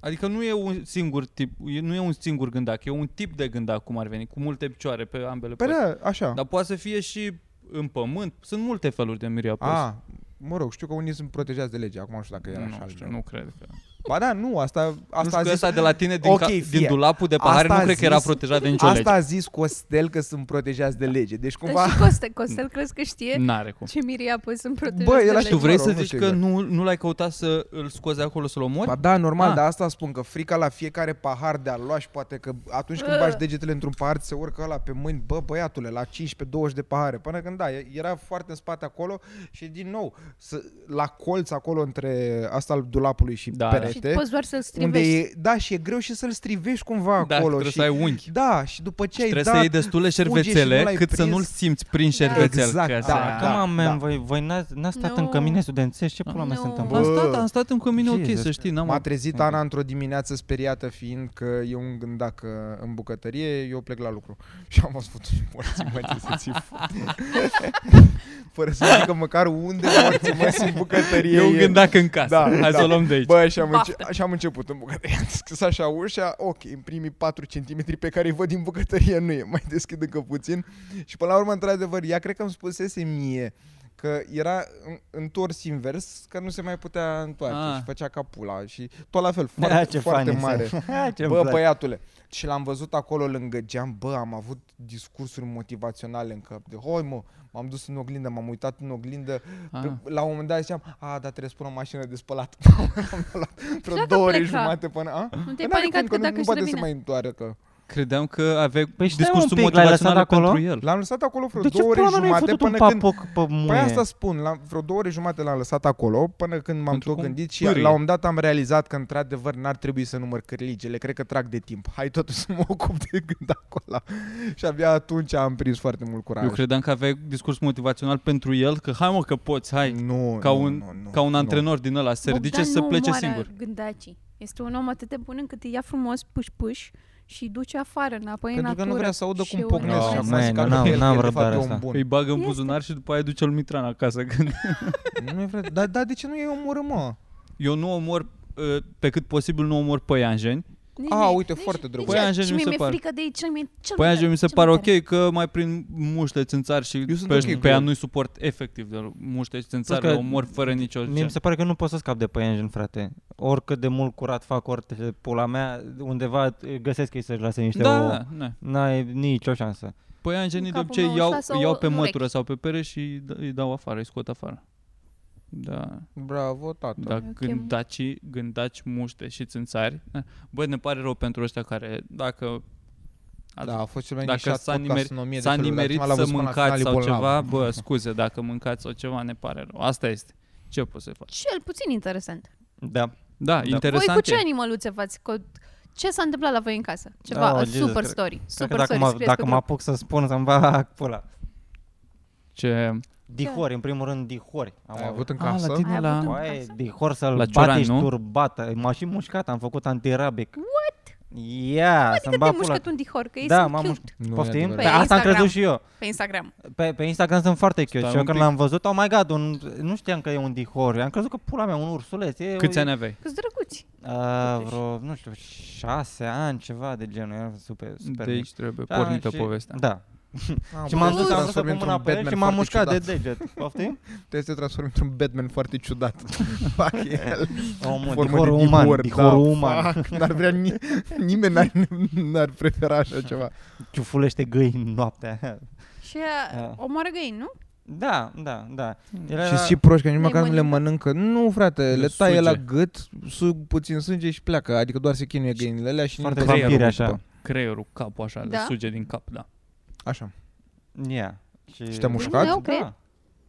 E: Adică nu e un singur tip, e- nu e un singur gândac, e un tip de gândac, cum ar veni, cu multe picioare pe ambele
C: Păi
E: părți.
C: da, așa. Da,
E: Dar poate să fie și în pământ. Sunt multe feluri de miriapod.
C: A, mă rog, știu că unii sunt protejați de lege. Acum nu știu dacă Ah, era
E: nu,
C: așa.
E: știu,
C: altul.
E: nu cred că.
C: Ba da, nu, asta,
E: Asta
C: asta
E: nu
C: a
E: știu că
C: zis...
E: ăsta de la tine din,
C: Ok,
E: okay, ca, din
C: fie.
E: dulapul de pahare
C: Asta
E: nu
C: a
E: cred că era
C: zis-
E: protejat de nicio
C: Asta
E: lege. Da.
C: a zis Costel că sunt protejați de lege. Deci cumva...
A: Dar și Costel, Costel crezi că știe
E: N-are cum.
A: ce miria apoi sunt protejați
C: Bă, el
A: de
C: a
A: lege?
E: Tu vrei
C: Mă rog,
E: să
C: nu
E: zici
C: știu
E: că
C: exact.
E: nu, nu l-ai căutat să îl scoți de acolo să-l omori?
C: Ba da, normal,
E: Ah.
C: dar asta spun, că frica la fiecare pahar de a lua și poate că atunci când
A: Bă.
C: bași degetele într-un pahar ți se urcă ăla pe mâini, bă băiatule, la 15-20 de pahare, până când da, e- era foarte în spate acolo și din nou, să, la colț acolo între asta al dulapului și
E: Da, da.
A: Și
C: perete,
A: poți doar să-l
C: unde
A: strivești.
C: e, da, și e greu și să-l strivești cumva
E: Da,
C: acolo.
E: trebuie
C: și,
E: să ai unghi.
C: Da, și după ce ai
E: Trebuie
C: dat,
E: să iei destule
C: și nu
E: șervețele
C: l-ai
E: cât să
C: prins.
E: nu-l simți prin șervețel.
C: Exact,
E: că
C: da,
E: să-
D: Da,
C: da,
D: da, man,
C: da.
D: voi, voi n-ați, n-ați stat în
A: No.
D: cămine studențești, ce pula mea
A: No.
D: se întâmplă?
E: Am
C: Bă.
E: stat, am stat în cămine ok,
D: Jesus.
E: să știi,
C: M-a
E: n-am
C: trezit Ana într-o dimineață speriată fiind că e un gândac uh, în bucătărie, eu plec la lucru. (laughs) Și am fost făcut și morții mă să ți Fără să zică măcar unde morții mă în bucătărie.
E: Eu gândac în casă.
C: Da,
E: Hai
C: da.
E: să o luăm de aici.
C: Bă, și am,
A: Baftă.
C: înce- și am început în bucătărie. Am deschis așa ușa, ok, în primii 4 cm pe care îi văd din bucătărie nu e, mai deschid încă puțin. Și până la urmă, într-adevăr, ea cred că îmi spusese mie Că era în- întors invers, că nu se mai putea întoarce
E: Ah.
C: ah. și făcea ca pula și tot la fel,
D: Ah,
C: foarte,
D: ce
C: foarte
D: funny
C: mare.
D: sunt. Ah, ce
C: bă,
D: bă, bă,
C: băiatule. Și l-am văzut acolo lângă geam, bă, am avut discursuri motivaționale în cap. De, hoi mă, m-am dus în oglindă, m-am uitat în oglindă.
E: Ah.
C: Pe- La un moment dat ziceam, a, dar trebuie să pun o mașină de spălat. (laughs) am luat
A: Și
C: vreo
A: dacă
C: două ore
A: pleca?
C: jumate până... A?
A: Nu te-ai
C: Păi n-are
A: panicat
C: cum,
A: că
C: nu,
A: dacă
C: nu
A: își
C: poate să
A: revine.
C: mai întoarcă.
E: Credeam că aveai
D: Păi
E: păi
D: stai un
E: discursul
D: pic, l-ai
E: motivațional
D: lăsat acolo?
E: pentru el.
C: L-am lăsat acolo vreo
D: de ce
C: două ore
D: pula mea nu-ai
C: jumate
D: făcut un
C: până când...
D: papoc pe muie?
C: Păi asta spun, la vreo două ore jumate l-am lăsat acolo până când m-am
E: Pentru
C: tot
E: cum
C: gândit și
E: pârâie.
C: la un moment dat am realizat că într-adevăr n-ar trebui să număr cârligele, cred că trag de timp. Hai totuși să mă ocup de gând acolo. Și abia atunci am prins foarte mult curaj.
E: Eu credeam că aveai discurs motivațional pentru el, că hai mă că poți, hai.
C: nu,
E: Ca
C: nu,
E: un,
C: nu, nu,
E: ca un
C: nu.
E: antrenor din ăla, se ridice
A: Bogdan
E: să
A: nu
E: plece
A: omoară
E: singur.
A: Gândacii. Este un om atât de bun încât îi ia frumos pâș-pâș și îi duce afară înapoi în
C: Pentru că
A: natură.
C: nu vrea să audă cum Ah,
A: Și
C: pocnesc
A: urmează.
C: și am
D: man,
C: zis că
D: n-am-
C: el, că
D: n-am
C: e de
D: răbdare
C: fapt e
D: asta.
C: un bun.
E: Îi bagă în
A: Este.
E: buzunar și după aia duce-l Mitran acasă. Când
C: Nu e frate, dar, dar de ce nu e omoră, mă?
E: (laughs) eu nu omor, uh, pe cât posibil nu omor păianjeni.
A: Nici
C: A,
A: mie-
C: Ah, uite,
A: nici-
C: foarte drăguț.
A: nici-
E: Păi, Angel,
A: și
E: mi
A: mie
E: se
A: mi-e
E: pare.
A: frică de ei, cel mi-e cel mai
E: Păianjeni mi se
A: cel
E: pare
A: mai tare.
E: ok că mai prin muște țânțari și
C: sunt
E: pe,
C: ok cu
E: pe ea
C: el.
E: nu-i suport efectiv de muște țânțari,
D: Plus că
E: le omor fără nicio...
D: Mie mi se pare că nu pot să scap de pe engine, frate. Oricât de mult curat fac, orice pula mea, undeva eh, găsesc ei să-și lase niște
E: da,
D: ouă.
E: da, da.
D: N-ai nicio șansă.
E: Păianjenii
A: În
E: de
A: capul
E: obicei
A: meu
E: iau,
A: își lasă
E: iau
A: o
E: pe
A: ureche.
E: mătură sau pe pere și îi dă- îi dau afară, îi scot afară. Da.
C: Bravo, tată.
E: Da,
A: chem-
E: gândaci, gândaci muște și țânțari. Bă, ne pare rău pentru ăștia care, dacă
C: Da, a fost cel mai
E: Dacă
C: nișat
E: s-a
C: podcast
E: nimerit-
C: în 1000 de
E: s-a
C: feluri, dar
E: nimerit
C: acum l-am
E: să
C: văzut până la
E: mâncați
C: finalii
E: sau
C: bolnavi.
E: ceva, bă, scuze, dacă mâncați sau ceva, ne pare rău. Asta este. Ce poți să faci?
A: Cel puțin interesant.
D: Da.
E: Da,
D: Da.
E: interesant
A: Voi cu ce
E: e.
A: animăluțe v-ați... co- ce s-a întâmplat la voi în casă? Ceva,
D: Oh,
E: Ah,
A: a
D: Jesus,
A: super
D: cred-
A: story.
D: Cred
A: Super
D: că dacă,
A: story,
D: mă,
A: scrieți
D: dacă
A: pe
D: mă
A: grup.
D: apuc să spun, să-mi bag pula.
E: Ce...
D: Dihori, în primul rând, dihori. Am
C: Ai avut în
E: A,
C: casă?
E: la tine
A: Ai
E: la...
A: avut un-
D: Băi, dihor să-l
E: La
D: la
E: Cioran,
D: bate și
E: nu?
D: turbată. M-a și mușcat, am făcut antirabic. What? Ia,
A: Adică
D: să-mi
A: te-ai
D: bag pula.
A: mușcat un dihor, că ei
D: Da,
A: sunt
D: m-am
A: cute
D: mușcat.
C: Nu e
D: Poftim?
C: adevărat.
D: Pe,
A: Pe
D: asta am
A: Instagram.
D: crezut și eu.
A: pe Instagram.
D: Pe, pe Instagram sunt foarte cute
E: Stai
D: și eu
E: un
D: când
E: pic.
D: l-am văzut, oh my god, un, nu știam că e un dihor. Am crezut că pula mea, un ursuleț. E,
E: Câți
D: e,
E: ani aveai?
A: Câți drăguți.
D: A, vreo, nu știu, șase ani, ceva de genul. Era super, super
E: De
D: mic.
E: aici Deci trebuie
D: Da,
E: pornită
D: și-
E: povestea.
D: Da.
C: Ah,
D: și m-am
A: bă,
D: dus,
A: te
D: am dus cu mâna pe el și m-am mușcat de deget. Poftim?
C: deci Te se transformă într-un Batman foarte ciudat. Fac el.
D: (laughs) Omul,
C: Formă
D: dihorul
C: de
D: uman,
C: dihor,
D: dihorul uman.
C: fac, N-ar vrea ni- nimeni n-ar, n-ar prefera așa ceva.
D: Ciufulește găini noaptea.
A: Și uh, omoară găini, nu?
D: Da, da, da. Era...
C: Și și proști, că nici
A: Le-ai
C: măcar nu le
A: mănâncat?
C: mănâncă. Nu, frate,
E: Le
C: le taie
E: suge.
C: la gât, sug puțin sânge și pleacă. Adică doar se chinuie găinile alea și
D: Foarte
C: nu pot să
D: vampiri,
C: mă
D: așa.
C: după.
E: Creierul, capul așa, le
A: Da?
E: suge din cap,
A: (laughs)
E: da.
C: Așa.
D: Ia. Și,
C: Și te-a mușcat?
A: Eu cred.
D: Da.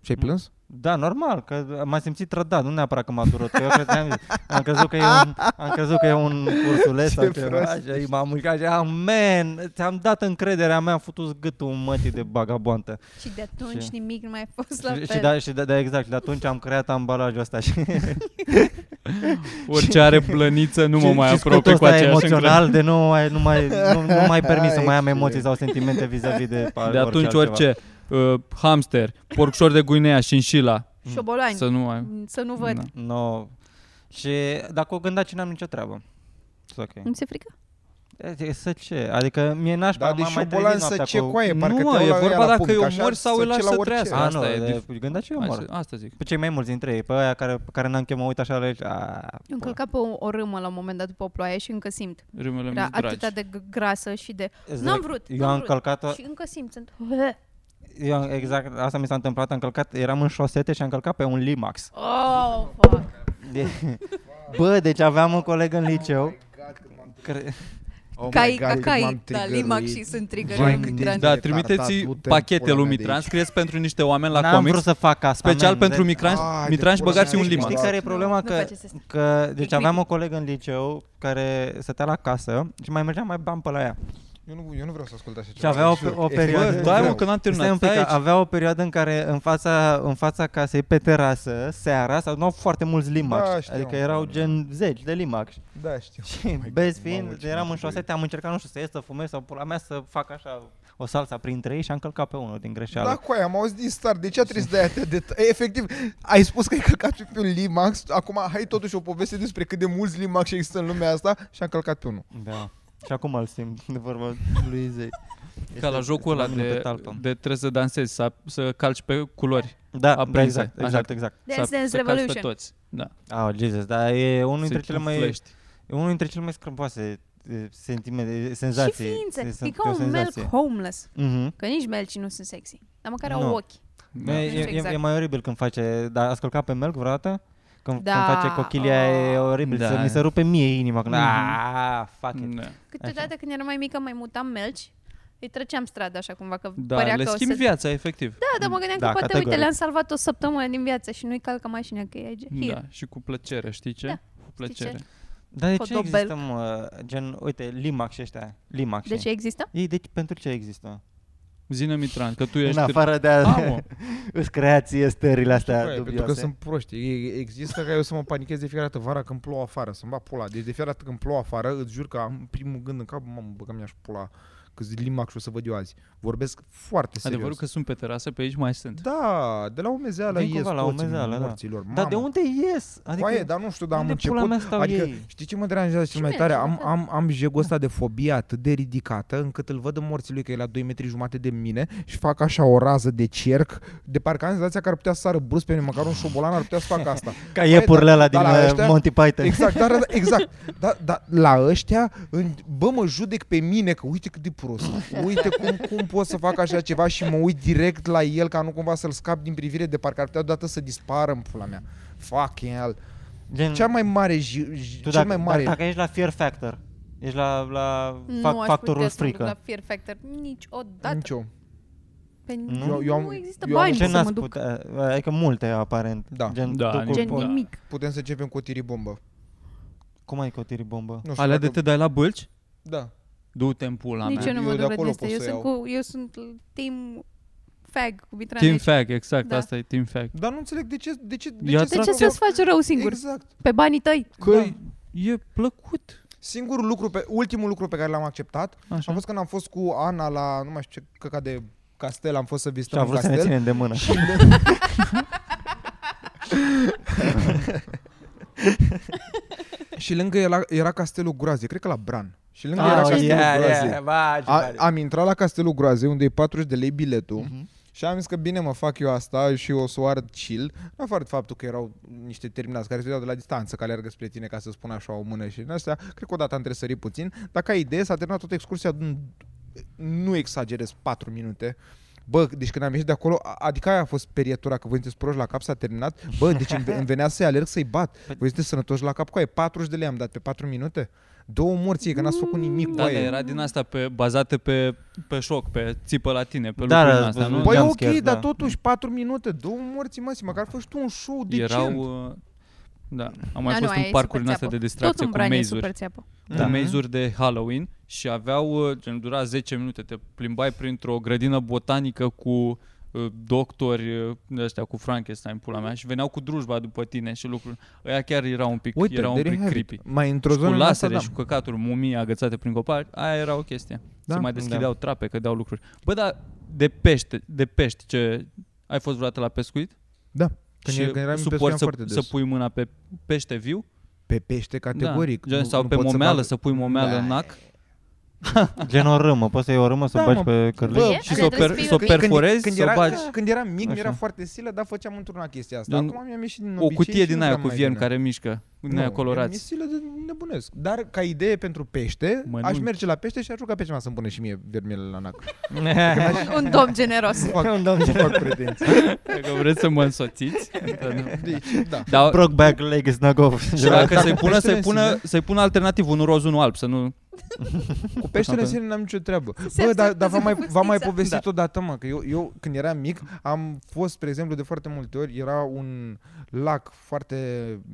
C: Și ai plâns?
D: Da, normal, că m-am simțit trădat, nu neapărat că m-a durut. că Eu credeam, am, crezut că e un, am crezut că e un ursuleț
C: Ce
D: sau ceva
C: prost
D: și m-am mușcat și am, man, ți-am dat încrederea mea, am făcut gâtul mătii de bagaboantă.
A: Și de atunci
D: Și-
A: nimic nu mai a fost la
D: și,
A: fel.
D: și, da, și da, da, exact, și de atunci am creat ambalajul ăsta și,
E: Orice are blăniță, nu mă
D: și,
E: mai
D: și
E: apropii
D: scutul
E: cu
D: ăsta
E: aceeași încredere.
D: emoțional de nu mai, nu mai, nu, nu
E: (laughs)
D: mai permis să mai am emoții
C: Excelent.
D: sau sentimente vis-a-vis de
E: De atunci orice, uh, hamster, porcșor de guinea, șinșila,
A: Șobolani.
E: să
A: Să,
E: nu mai...
A: nu văd.
E: Da.
D: No. Și dacă o gândaci, n-am nicio treabă. It's ok.
A: Nu ți-e frică?
D: E- e Să ce? Adică mie n-aș
C: Da, deci
D: m-am mai
C: șobolan
D: trezit
C: să
D: noaptea
C: ce
D: cu...
C: coaie, parcă
E: nu,
C: te
E: mă,
C: iau
E: e
C: la-
E: vorba
C: la
E: dacă
C: pumnic,
E: îi
C: așa,
E: omori sau îi
C: ce
E: lași
C: la
E: să
C: orice. Oh
E: trăiască.
D: A,
E: Asta
D: nu,
E: e
D: de,
E: dif-
D: gânda ce
E: Hai
D: omor.
E: să- Asta zic.
D: Pe cei mai mulți dintre ei, pe aia care, pe care n-am chemat, uit așa la ei, a,
A: Eu încălcat pe o, o râmă la un moment dat după o ploaie și încă simt.
E: Râmele
A: Era
E: mi
A: Da, atâta
E: dragi.
A: de g- grasă și de...
D: Îți
A: N-am
D: zic,
A: vrut,
D: Eu
A: n-am
D: am
A: vrut.
D: călcat,
A: Și încă simt. Sunt...
D: eu, am- exact, asta mi s-a întâmplat, am călcat, eram în șosete și am călcat pe un Limax.
A: Oh, fuck.
D: De, bă, deci aveam un coleg în liceu. Care,
C: Oh my
A: Cai,
C: God, cât
A: cacai,
C: m-am
A: da,
C: trigăruit.
A: limac și sunt trigger.
C: Vai, cât
A: Da.
C: e-
E: Da,
C: Retardat,
E: trimiteți
C: du-te în
E: pachete
C: pula mea
E: lui
C: de
E: Mitran,
C: aici.
E: scrieți pentru niște oameni la
D: n-am vrut
E: comics,
D: să fac asta.
E: special
D: man,
E: pentru
D: de-
E: Mitran,
C: Ai, de
E: Mitran și
C: pula
E: băgați
C: mea,
E: un
C: ești
E: limac.
C: Limax.
D: Știi care e problema?
A: Nu
D: Că,
A: faceți asta.
D: că deci
A: creepy.
D: aveam o colegă în liceu care stătea la casă și mai mergeam mai bam pe la ea.
C: Eu nu, eu nu vreau să ascult așa ceva.
D: Și avea o,
C: jur.
D: o perioadă...
E: Bă, stai mă
C: vreau.
E: că n-am
D: Stai
E: terminat,
D: un pic,
E: stai aici.
D: avea o perioadă în care în fața, în fața casei, pe terasă, seara, s-au luat foarte mulți limaci.
C: Da, știu.
D: adică erau gen zeci de limaci.
C: Da, știu.
D: Și
C: God,
D: bezi
C: mamă,
D: fiind,
C: ce
D: eram
C: m-am
D: în șosete, am încercat, nu știu, să ies, să fumez sau pula mea, să fac așa o salsa printre ei și am călcat pe unul din greșeală.
C: Da, cu aia, am auzit din start. De ce a trebuit să dai atât de... T- efectiv, ai spus că ai călcat pe un Limax, acum hai totuși o poveste despre cât de mulți Limax există în lumea asta și am călcat pe unul.
D: da. Și acum îl simt, (laughs) de vorba lui Izei.
E: Ca
D: Este-
E: la jocul
D: este
E: ăla
D: mine pe
E: de,
D: talpă.
E: de trebuie să dansezi, să, să calci pe culori.
D: Da, da,
E: aprinse,
D: exact,
E: așa.
D: exact, exact.
A: Dance
E: să,
A: Dance
E: să calci pe
A: Revolution.
E: toți. Da.
D: Ah, Jesus, dar e unul dintre
E: Să
D: cele mai
E: înflești.
D: e unul dintre cele mai scrâmboase e, sentimente, e,
A: Și
D: eh, senzații.
A: ființe.
D: se-
A: E ca
D: o
A: un milk
D: senzație.
A: homeless.
D: Mhm.
A: Că nici melcii nu sunt sexy. Dar măcar au
D: Nu.
A: ochi.
E: Da.
D: E,
A: știu
D: e, e,
A: exact.
D: e mai oribil când face, dar ați călcat pe melc vreodată? Când,
A: Da,
D: când face cochilia e
A: oh.
D: oribil,
E: Da.
D: să mi se rupe mie inima când,
E: Mhm.
D: aaa, fuck it.
E: Da.
A: Câteodată când eram mai mică mai mutam melci, îi treceam strada așa cumva, că
E: Da,
A: părea
E: le
A: că o
E: schimbi
A: să...
E: viața, efectiv.
A: Da, dar mă gândeam
D: Da,
A: că poate,
D: categoric.
A: uite, le-am salvat o săptămână din viață și nu-i calcă mașina, că e here.
E: Da, și cu plăcere, știi ce?
A: Da,
E: Cu plăcere.
A: ce?
D: Dar de ce
A: Codobel.
D: există, mă, gen, uite, Limac și ăștia, Limac
A: De ce există?
D: Ei, deci pentru ce există?
E: Zine Mitran, că tu
D: În
E: ești...
D: afară de a, (laughs)
E: Ah, mă.
D: îți creație stările astea
C: Bă, pentru că
D: dubioase.
C: sunt proști. E- Există ca eu să mă panichez de fiecare dată vara când plouă afară, să-mi bag pula. Deci de fiecare dată când plouă afară, îți jur că am primul gând în cap, mamă, bă, că mi-aș pula, că zi limac și o să văd eu azi. Vorbesc foarte serios.
E: Adevărul că sunt pe terasă, pe aici mai sunt.
C: Da, de la umezeală
D: Din
C: ies
D: cumva la
C: toți
D: umezeală, da.
C: morților.
D: Dar de unde ies?
C: Adică, Coaie, dar nu știu, dar am
D: unde pula
C: început,
D: mea stau
C: adică,
D: ei?
C: știi ce mă deranjează cel
A: Și
C: mai
A: mie,
C: tare?
A: și
C: Am,
A: la fel.
C: am, am jegul ăsta de fobie atât de ridicată, încât îl văd în morții lui, că e la 2 metri jumate de mine și fac așa o rază de cerc, de parcă am senzația că ar putea să sară brusc pe mine, măcar un șobolan ar putea să facă
D: (laughs)
C: asta.
D: Ca iepurile
C: da,
D: alea din
C: da, la
D: uh,
C: ăștia-
D: Monty Python.
C: Exact, dar, dar- exact. Dar, dar la ăștia, în, bă, mă judec pe mine că uite cât de prost. Uite cum, cum pot să fac așa ceva și mă uit direct la el ca nu cumva să-l scap din privire de parcă ar putea odată să dispară în pula mea. Fucking hell.
D: Gen,
C: Mm. Cea mai mare, j- j-
D: tu
C: cel
D: dacă,
C: mai mare...
D: dacă ești la fear factor, ești la, la
A: nu
D: fac,
A: aș
D: factorul
A: putea să mă duc
D: frică.
A: la Fear Factor niciodată.
C: Nicio.
A: Pe
D: Nu?
A: nu,
C: Eu-
A: eu,
C: eu am-
A: nu există
C: eu am-
A: bani
D: Ce
A: să
D: n-ați
A: mă duc.
D: putea, adică multe aparent.
C: Da.
D: Gen,
E: Da,
D: tu, cu-
A: Gen
E: Da.
A: nimic.
C: Putem să începem cu tiribombă.
D: Cum ai cotiri bombă?
C: Nu știu
E: Alea de
C: dacă...
E: te dai la bălci?
C: Da.
E: Du-te în pula
A: Nici
E: mea.
A: eu nu
C: Eu
A: mă
C: de
A: duc la
C: acolo
A: din
C: pot
A: Eu
C: să
A: sunt,
C: iau.
A: cu, eu sunt team fag cu Mitran.
E: Team
A: aici.
E: fact, exact,
A: Da.
E: asta e team fact.
C: Dar nu înțeleg de ce... De ce, de
E: Ia
C: ce,
A: De ce
E: Tractor-
A: să-ți faci rău singur?
C: Exact.
A: Pe banii tăi?
E: Că
C: Da.
E: e plăcut.
C: Singurul lucru, pe, ultimul lucru pe care l-am acceptat
E: Așa.
C: a fost când am fost cu Ana la, nu mai știu ce căca de castel, am fost să
D: Și
C: vizităm
D: a
C: un
D: vrut să ne
C: castel.
D: ținem de mână.
C: Și de... și lângă era, era castelul Groaze, cred că la Bran. Și lângă era castelul Groaze. A, am intrat la castelul Groaze, unde e 40 de lei biletul.
E: Mhm.
C: Și am zis că bine mă fac eu asta și o să o ard chill, în afară de faptul că erau niște terminați care studiau de la distanță, care alergă spre tine ca să spun așa o mână și din astea. Cred că odată am tresărit puțin, dar ca idee s-a terminat toată excursia în, nu exagerez, 4 minute. Bă, deci când am ieșit de acolo, a- adică aia a fost perietura, că voi sunteți proști la cap, s-a terminat. Bă, deci îmi, îmi venea să-i alerg să-i bat.
E: Păi
C: Voi sunteți sănătoși la cap, coaie, 40 de lei am dat pe 4 minute. Două morții, că n-ați făcut nimic
E: Da,
C: cu
E: dar era din asta pe, bazate pe, pe șoc, pe țipă la tine, pe
D: Da,
E: lucruri din
D: da,
E: asta, nu?
D: un
C: Păi
D: jump
C: ok,
D: scare,
C: dar
D: da.
C: totuși 4 minute, două morți, mă, și măcar faci tu un show decent.
E: Erau... uh, Da, am mai
A: Da, nu,
E: fost
A: aia
E: în
A: e
E: parcuri
A: super
E: din astea
A: țeapă. Tot
E: de distracție
A: un
E: cu
A: bran e
E: maze-uri.
A: super țeapă.
E: da. mezuri de Halloween și aveau, uh, gen, dura 10 minute, te plimbai printr-o grădină botanică cu uh, doctori uh, de ăștia, cu Frankenstein, pula mea, și veneau cu drujba după tine și lucruri. Ăia chiar erau un pic, erau un
C: there you
E: pic
C: have it.
E: creepy.
C: Mai într-o
E: Și cu
C: zonă din asta,
E: lasere
C: da.
E: și cu căcaturi, mumii agățate prin copaci, aia era o chestie.
C: Da?
E: Se mai deschideau trape, cădeau lucruri. Bă, dar de pește, de pești, ce... Ai fost vreodată la pescuit?
C: Da. Când,
E: și
C: e- când eram
E: suport
C: pescuiam
E: să,
C: foarte des.
E: să pui mâna pe pește viu?
C: Pe pește categoric.
E: Da. Gen,
C: nu-
E: sau
C: nu
E: pe
C: pot
E: momeală,
C: bag-
E: să, pui momeală
C: Da.
E: în
A: Păi
E: nac?
D: Gen o râmă, poți să iei o râmă să
C: Da,
D: o bagi
C: mă.
D: pe
C: Bă,
D: (laughs) cărlei.
A: E?
E: și
A: Adică
E: să o,
A: trebuie
E: per-
A: să fii
E: să o
A: ok.
E: perforezi,
C: când,
E: să o
C: era, da,
E: bagi.
C: când eram mic, mi era
E: Așa.
C: foarte silă, dar făceam într-una chestia asta.
E: Gen,
C: Acum mi-am ieșit din
E: O
C: obicei
E: cutie
C: și
E: din
C: nu
E: aia
C: prea
E: cu
C: mai
E: vierni
C: vine.
E: care mișcă, din
C: Nu,
E: aia
C: Mi-e
E: colorați.
C: silă de nebunesc. Dar ca idee pentru pește,
E: Mănânci.
C: aș merge la pește și aș ruga pe cineva să-mi pune și mie vermile la
E: (laughs)
C: nac.
A: Un domn generos.
C: Nu fac, (laughs) nu fac pretenții.
E: Dacă vreți să mă
C: (laughs)
E: însoțiți.
C: Deci, da.
E: Dar
D: Brokeback leg is not go.
E: și dacă
C: Dacă
E: să-i pună,
C: peștele
E: să-i
C: în
E: pună,
C: sine-
E: să-i pună alternativ unul roz, unul alb, să nu...
C: Cu peștele în
E: Atunci.
C: sine n-am nicio treabă.
A: Se
C: Bă, dar
A: absorbează
C: da, v-am mai,
A: cu
C: v-am mai
A: pizza.
C: povestit
D: Da.
C: odată, mă, că eu, eu când eram mic am fost, spre exemplu, de foarte multe ori, era un lac foarte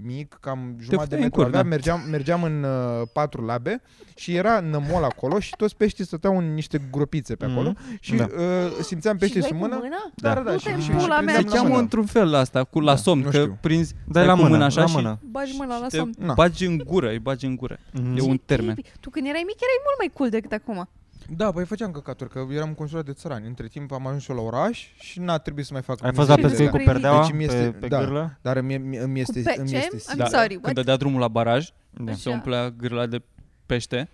C: mic, cam jumătate
E: puteai
C: de metru
E: încurca.
C: avea, mergeam, mergeam în uh, patru labe și era nămol acolo și toți peștii stăteau în niște gropițe pe acolo și
D: Da.
C: uh, simțeam
A: Și
C: peștii
A: dai
C: sub
A: cu
C: mână.
A: mâna?
C: Da, da, da.
A: Du-te
C: Și,
A: în
C: și, și
A: pula
C: prindeam
A: mea.
E: Se
C: la
E: cheamă
C: mână.
E: într-un fel la asta, cu la
C: Da,
E: somn,
C: nu
E: că
C: știu.
E: prinzi,
D: Dai la
E: cu mâna
D: mână,
E: așa
D: la
E: și
D: mână.
A: Bagi mâna la
E: te
A: somn.
C: Na.
E: bagi în gură, îi bagi în gură. E un termen.
A: Creepy. Tu când erai mic erai mult mai cool decât acum.
C: Da, păi făceam căcaturi, că eram consulat de țărani. Între timp am ajuns și eu la oraș și n-a trebuit să mai fac
D: Ai fost la
A: Și de
D: pescuit cu
A: privit.
D: perdeaua
C: Deci mi
D: pe,
C: este-
D: pe
C: da.
D: gârlă?
C: Dar îmi, îmi, îmi este,
A: pe ce?
C: îmi este
A: Am
C: silă.
A: Da. Sorry, Da. what?
E: când dădea drumul la baraj,
D: Da.
E: se
A: Așa.
E: umplea gârla de pește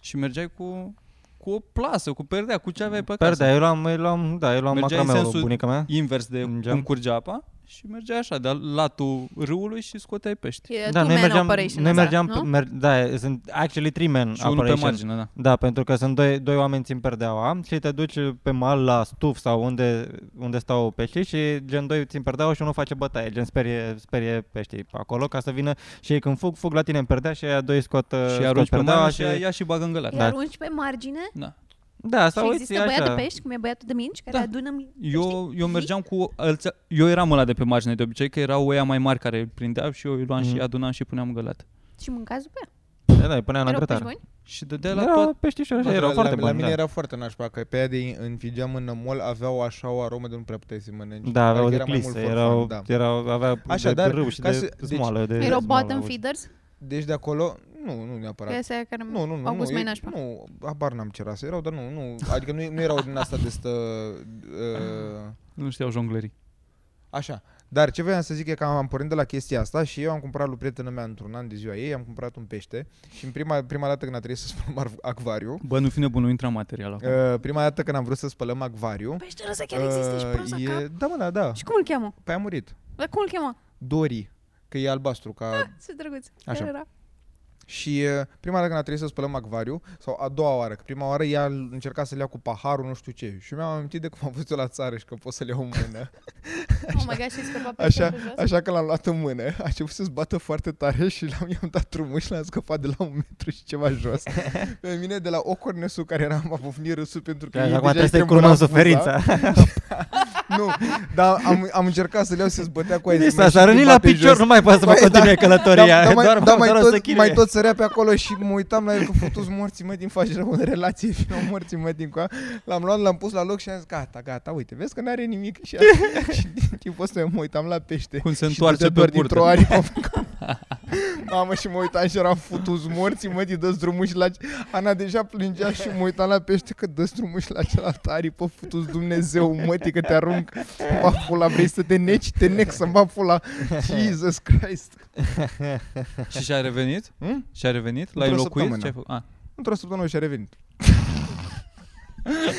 E: Și mergeai cu, cu o plasă, cu perdea, cu ce aveai pe acasă.
D: Perdea, eu luam, eu luam, da, eu luam
E: Mergeai în
D: macrameu,
E: sensul-
D: bunica mea.
E: Invers de
D: În geam.
E: cum curge apa și mergeai așa, de latul râului și scoteai pești.
A: E
D: Da,
A: two-man
D: noi mergeam,
A: operation
D: noi
A: asta,
D: mergeam,
A: nu?
D: mer- da, sunt actually three men
E: Și unul pe
D: operation.
E: margine, da.
D: Da, pentru că sunt doi, doi oameni țin perdeaua și te duci pe mal la stuf sau unde, unde stau peștii și gen doi țin perdeaua și unul face bătaie, gen sperie, sperie peștii pe acolo ca să vină și ei când fug, fug la tine în perdea și aia doi scot,
E: Și
D: scot
E: arunci pe
D: perdeaua
E: mână și ea și bagă în gălar.
D: Da.
A: Iar unci pe margine
E: Da.
D: Da,
A: și
D: sau uiți
A: există
D: așa.
A: băiatul pești, cum e băiatul de minci, care
E: Da.
A: adună mi-
E: Eu,
A: pești
E: eu
A: vii?
E: mergeam cu alți, Eu eram ăla de pe margine de obicei, că erau oia mai mari care îi prindeau și eu îi luam
D: Mhm.
E: și adunam și puneam în gălat.
A: Și mâncați după ea.
D: Da, da, îi puneam la
A: Erau pești
D: grătar.
A: buni?
E: Și dădea la
D: Era
E: tot.
D: peștișor, așa,
C: Bă,
D: erau
C: la,
D: foarte
C: la, la
D: buni,
C: mine
D: da.
C: era foarte nașpa, că pe aia de înfigeam în nămol aveau așa o aromă de nu prea puteai să mănânci.
D: Da, aveau
C: Parcă Adică
D: de
C: era mai mult
D: clise,
C: for fun,
D: erau,
C: da.
D: erau, avea
C: Așa,
D: de
C: dar
D: râu și
C: ca
D: de
C: să- deci-
D: smoală. de
A: Erau
D: smoală,
A: bottom
D: auzi.
A: feeders?
C: Deci de acolo, nu, nu
A: Că
C: neapărat.
A: e aia care
C: Nu, nu, nu.
A: au gust
C: nu,
A: mai
C: eu-
A: nașpa.
C: Nu, habar n-am ce rase erau, dar nu, nu. Adică nu, nu erau din asta de stă... Uh,
E: Nu știau jonglerii.
C: așa. Dar ce voiam să zic e că am, am pornit de la chestia asta și eu am cumpărat lui prietena mea într-un an de ziua ei, am cumpărat un pește și în prima, prima dată când a trebuit să spălăm ar- acvariu,
E: Bă, nu fi nebun, nu intra
C: (laughs)
E: material acum.
C: uh, prima dată când am vrut să spălăm acvariu,
A: Peștele ăsta Păi, chiar există și
C: uh,
A: prost la cap.
C: e, Da, mă, da, da.
A: Și cum îl cheamă?
C: Păi a murit.
A: Dar cum îl cheamă?
C: Dori, că e albastru ca
A: Ce drăguț.
C: Așa.
A: Chiar era.
C: Și uh, prima dată când a trebuit să spălăm acvariu, sau a doua oară, că prima oară ea l- încerca să-l ia cu paharul, nu știu ce. Și mi-am amintit de cum am văzut la țară și că pot să-l iau în mână.
A: Oh my god, și scăpa
C: Așa,
A: peștele jos.
C: așa că l-am luat în mână, a început să-ți bată foarte tare și l-am, i-am dat drumul și l-am scăpat de la un metru și ceva jos. Pe mine, de la ocornesul care eram, a pufnit râsul pentru că
D: Da,
C: ei
D: Acum
C: Deci deja Da.
D: trebuie
C: îi tremura
D: să-i curmăm
C: buza.
D: suferința.
C: Nu, dar am, am încercat să-l iau să-ți bătea cu aia. Păi,
D: Deci
C: din mână
D: s-a
C: și îi
D: rănit la
C: bate
D: picior,
C: jos.
D: nu mai poate să mă
C: Băi, da.
D: continue călătoria.
C: da, mai,
D: doar,
C: da, mai,
D: doar o să
C: tot,
D: chinuie.
C: mai tot sărea pe acolo și mă uitam la el că futus morții mă din faci rău în relație (laughs) și nu morții mă din coa. L-am luat, l-am pus la loc și am zis gata, gata, uite, vezi că n-are nimic și, (laughs) a- și din timpul ăsta eu mă uitam la pește.
E: Cum se
C: Și
E: întoarce
C: dădea doar
E: pe burtă.
C: dintr-o aripă.
E: (laughs)
C: Mamă, și mă uitam și eram futus morții, mă, dă drumul și la... ce- Ana deja plângea și mă uitam la pește că dă drumul și la cealaltă aripă, futus Dumnezeu, mătii, că te arunc. Mă, pula, vrei să te neci, te nec să-mi va
E: (laughs)
C: pula. Jesus Christ.
E: Și și-a revenit?
C: Hmm?
E: Și-a revenit? L-ai
C: Într-o
E: locuit?
C: săptămână.
E: Ce-ai făcut? Ah.
C: Într-o săptămână și-a revenit.
E: (laughs)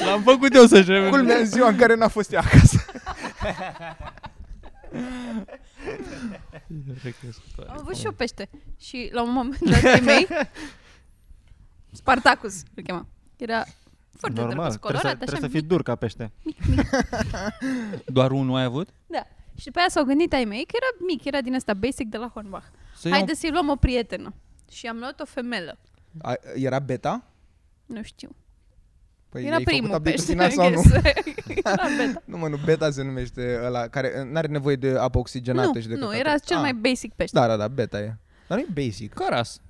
E: L-am făcut eu să-și revenit.
C: Culmea în ziua în care n-a fost ea acasă.
A: Am avut și eu pește. Și la un moment dat ai mei, Spartacus îl chema. Era foarte drăguț,
D: trebuie, să,
A: colorat,
D: trebuie
A: așa
D: să fii dur ca pește.
E: Doar unul ai avut?
A: Da. Și după aia s-au gândit ai mei că era mic, era din asta basic de la Hornbach.
E: Să iau-
A: Haide să-i luăm o prietenă. Și am luat o femelă.
C: A, era beta?
A: Nu știu.
C: Păi
A: era
C: i-ai făcut
A: primul
C: update
A: pește. (laughs)
C: rutina sau
A: I
C: nu?
A: guess. era beta.
C: Nu mă, nu, beta se numește ăla care nu are nevoie de apă oxigenată
A: nu,
C: și de
A: nu
C: căcaturi.
A: era cel
C: Ah,
A: mai basic pește.
C: Da, da, da, beta e. Dar nu e basic.
E: Caras.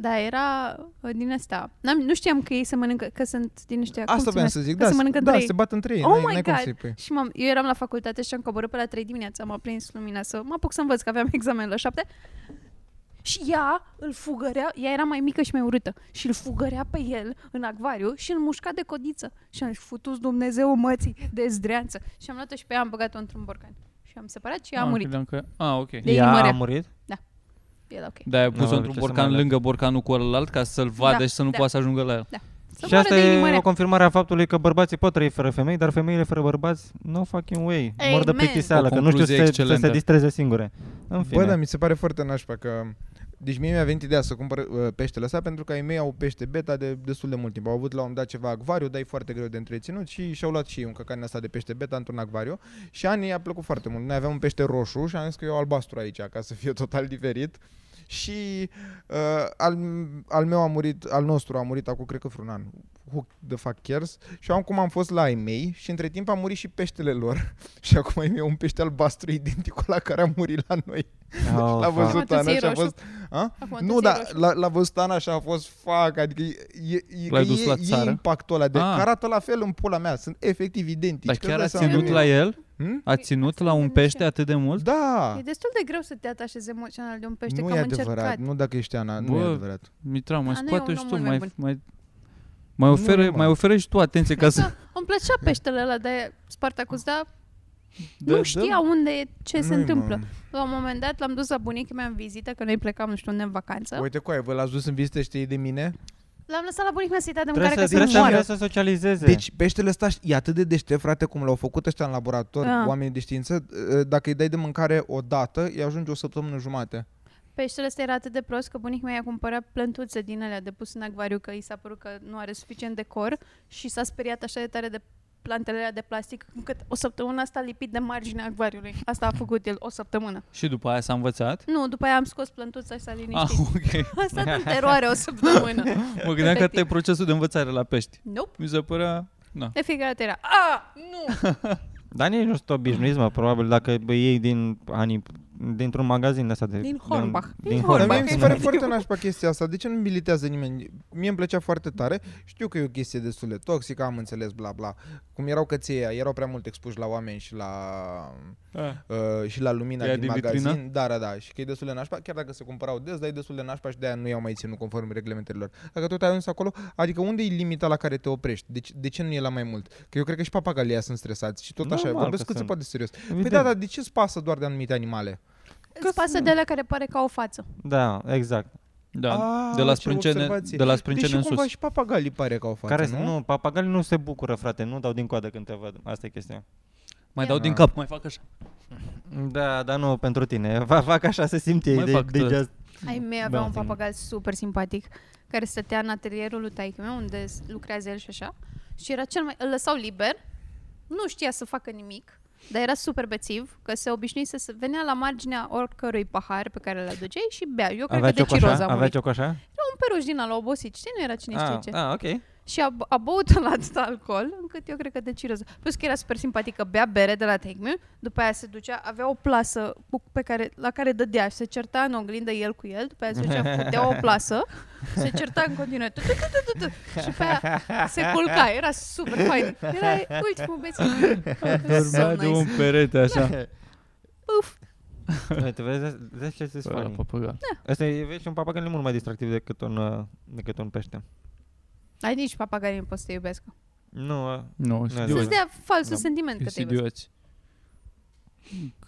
A: Da, era uh, din asta. N-am, nu știam că ei se mănâncă, că sunt din ăștia. cum se
C: Asta vreau
A: numesc?
C: să zic,
A: că
C: da,
A: se
C: se-
A: mănâncă
C: da,
A: trei.
C: se bat între ei,
A: Oh
C: n-ai,
A: my
C: n-ai cum
A: God.
C: să-i pui.
A: Și m-am, eu eram la facultate și am coborât pe la 3 dimineața, am aprins lumina să mă apuc să învăț că aveam (laughs) examen la 7. Și ea îl fugărea, ea era mai mică și mai urâtă, și îl fugărea pe el în acvariu și îl mușca de codiță. Și am zis, futus Dumnezeu mății de zdreanță. Și am luat-o și pe ea am băgat-o într-un borcan. Și am separat și ea a
E: Ah,
A: murit.
E: credeam Că... Ah, ok.
A: De
D: Ea
A: inimărea.
D: a murit?
A: El, ok.
E: Da, ai
D: Nu,
E: pus-o
D: ce
E: într-un
D: să
E: borcan
D: mai le-
E: lângă borcanul cu ălalt ca să-l vadă
A: Da,
E: și să nu
A: da.
E: poată să ajungă la el.
A: Să
D: și
A: moară
D: asta
A: de
D: e
A: inimărea.
D: o confirmare a faptului că bărbații pot trăi fără femei, dar femeile fără bărbați, no fucking way. Mor de
A: Amen.
D: plictiseală,
E: O
D: că nu știu
E: concluzie
D: să, se- să
E: excelentă.
D: se distreze singure. În fine.
C: Bă, dar mi se pare foarte nașpa că... Deci mie mi-a venit ideea să cumpăr uh, peștele ăsta pentru că ai mei au pește beta de destul de mult timp. Au avut la un moment dat ceva acvariu, dar e foarte greu de întreținut și și-au luat și ei un căcan asta de pește beta într-un acvariu și Ani i-a plăcut foarte mult. Noi aveam un pește roșu și am zis că eu albastru aici ca să fie (laughs) total diferit. Și uh, al, al meu a murit, al nostru a murit acum cred că vreun an. Who the fuck cares? Și acum am fost la ai mei și între timp a murit și peștele lor. (laughs) și acum ai mei un pește albastru identic cu la care a murit la noi. (laughs)
D: Oh,
C: L-a
D: fuck.
A: Acum
C: văzut
A: tu ții
C: Ana și a
A: roșu.
C: fost... A?
A: Acum tu
C: Nu,
A: ții
C: dar
A: roșu.
C: l-a, l-a văzut Ana și a fost fac, adică e, e, e, că
E: L-ai dus
C: e,
E: la
C: e
E: țară?
C: impactul ăla de
E: Ah.
C: ah. că arată la fel în pula mea, sunt efectiv identici.
E: Dar
C: că
E: chiar a
C: îți dai seama
E: ținut
C: că-
E: la el?
C: Hmm?
E: A
A: Păi,
E: ținut
A: asta
E: la
A: nu
E: un
A: înțeleg.
E: pește atât de mult?
C: Da!
A: E destul de greu să te atașezi emoțional de un pește,
C: nu
A: Păi, că
C: e
A: am
C: adevărat,
A: încercat.
C: nu dacă ești Ana, nu e
E: Bă,
C: adevărat.
E: Mitra, mai
A: Ana Da, e
E: scoate
A: un
E: și
A: om
E: tu,
A: mult mai
E: mai,
A: bun.
E: mai, mai,
C: Nu e,
E: oferă,
C: mă.
E: mai oferă și tu atenție
A: (laughs)
E: ca să...
A: Da, Îmi plăcea peștele ăla de Spartacus, dar
E: Da, da.
A: nu știa unde e, ce se
C: Nu-i,
A: întâmplă.
C: mă.
A: La un moment dat l-am dus la bunicii mea în vizită, că noi plecam, nu știu unde, în vacanță.
C: Uite, coaie, vă l-ați dus în vizită și ei de mine?
A: L-am lăsat la bunic mea să-i dea de mâncare
D: Trebuie
A: ca
D: să,
A: să
D: trebuie să,
A: moară.
D: trebuie să socializeze.
C: Deci peștele ăsta e atât de deștept, frate, cum l-au făcut ăștia în laborator,
A: Da.
C: oamenii de știință, ă, dacă îi dai de mâncare o dată, îi ajunge o săptămână jumate.
A: Peștele ăsta era atât de prost că bunica mea i-a cumpărat plântuțe din alea de pus în acvariu că i s-a părut că nu are suficient decor și s-a speriat așa de tare de plantele alea de plastic încât o săptămână asta lipit de marginea acvariului. Asta a făcut el o săptămână.
E: Și după aia s-a învățat?
A: Nu, după aia am scos plântuța și s-a
E: Ah,
A: liniștit.
E: ok.
A: (laughs) A stat în teroare o săptămână.
E: Mă gândeam că
A: Efectiv.
E: te procesul de învățare la pești.
A: Nope.
E: Mi se părea... da. Na.
A: De fiecare dată era, a, nu!
D: Dar nici nu sunt obișnuiți, mă, probabil dacă bă, iei din anii, dintr-un magazin de asta de...
A: Din Hornbach.
D: Din,
A: Din
D: din
C: Dar
A: Hornbach. exact.
D: Hornbach.
C: mie mi se pare
D: nu.
C: foarte nașpa chestia asta. De ce nu militează nimeni? Mie îmi plăcea foarte tare. Știu că e o chestie destul de toxică, am înțeles, bla bla. Cum erau căței aia, erau prea mult expuși la oameni și la,
E: Ah.
C: uh, și la lumina
E: Ea
C: din,
E: din
C: magazin.
E: vitrină?
C: Da, da, da. Și că e destul de nașpa, chiar dacă se cumpărau des, dar e destul de nașpa și de-aia nu i-au mai ținut conform reglementărilor. Dacă tot ai ajuns acolo, adică unde e limita la care te oprești? Deci, De, ce- de ce nu e la mai mult? Că eu cred că și papagalii ăia sunt stresați și tot așa.
D: Normal
C: Vorbesc
D: că
C: cât se
D: sunt.
C: poate serios. Păi
D: Evident.
C: da, dar de ce îți pasă doar de anumite animale?
A: Îți pasă de alea care pare ca o față.
D: Da, exact.
E: Da,
C: Ah,
E: de la
C: ce
E: sprâncene,
C: observație.
E: de la
C: Deși
E: sprâncene în sus.
C: cumva și papagalii pare că au față,
D: Care,
C: nu?
D: nu? nu, papagalii nu se bucură, frate, nu dau din coadă când te văd. Asta e chestia.
E: Mai dau din
C: Ah.
E: cap, mai fac așa.
D: Da, dar nu pentru tine. (laughs) Va fac așa să simt ei.
E: Mai
D: De,
E: fac
D: de
E: tot.
D: just...
A: Ai mei avea
D: Da,
A: un
D: da.
A: papagal super simpatic care stătea în atelierul lui taică meu, unde s- lucrează el și așa. Și era cel mai... Îl lăsau liber, nu știa să facă nimic, dar era super bețiv, că se obișnuise să venea la marginea oricărui pahar pe care îl aduceai și bea. Eu cred
D: Avea
A: că de ciroza
D: ciocoșa?
A: am
D: Avea
A: murit.
D: ciocoșa?
A: Era un peruș din ala obosit, știi? Nu era cine știe
D: Ah,
A: ce.
D: ah, ok. (laughs)
A: Și a, a băut (laughs) la atâta alcool, încât eu cred că de ciroză. Plus că era super simpatică, bea bere de la Take Me, după aia se ducea, avea o plasă cu- pe care, la care dădea și se certa în oglindă el cu el, după aia se ducea, putea o plasă, se certa în continuare, tu, tu, tu, tu, tu, tu, și pe aia se culca, era super fain. Era ultimul bețiv.
E: Dormea
A: So
E: de
A: nice. Da.
E: un perete așa.
A: Uf,
D: Uite, vezi, vezi ce se
E: Fără
D: funny.
E: papagal.
A: Da.
D: Asta e, vezi, un papagal e mult mai distractiv decât un, uh, decât un pește.
A: ai nici papagalii nu poți să te iubesc.
D: Nu, uh,
E: Nu,
D: Da,
E: știu.
D: da.
A: Să-ți dea falsul
D: Da.
A: sentiment că
E: Sunt
A: te iubesc.
E: idioți.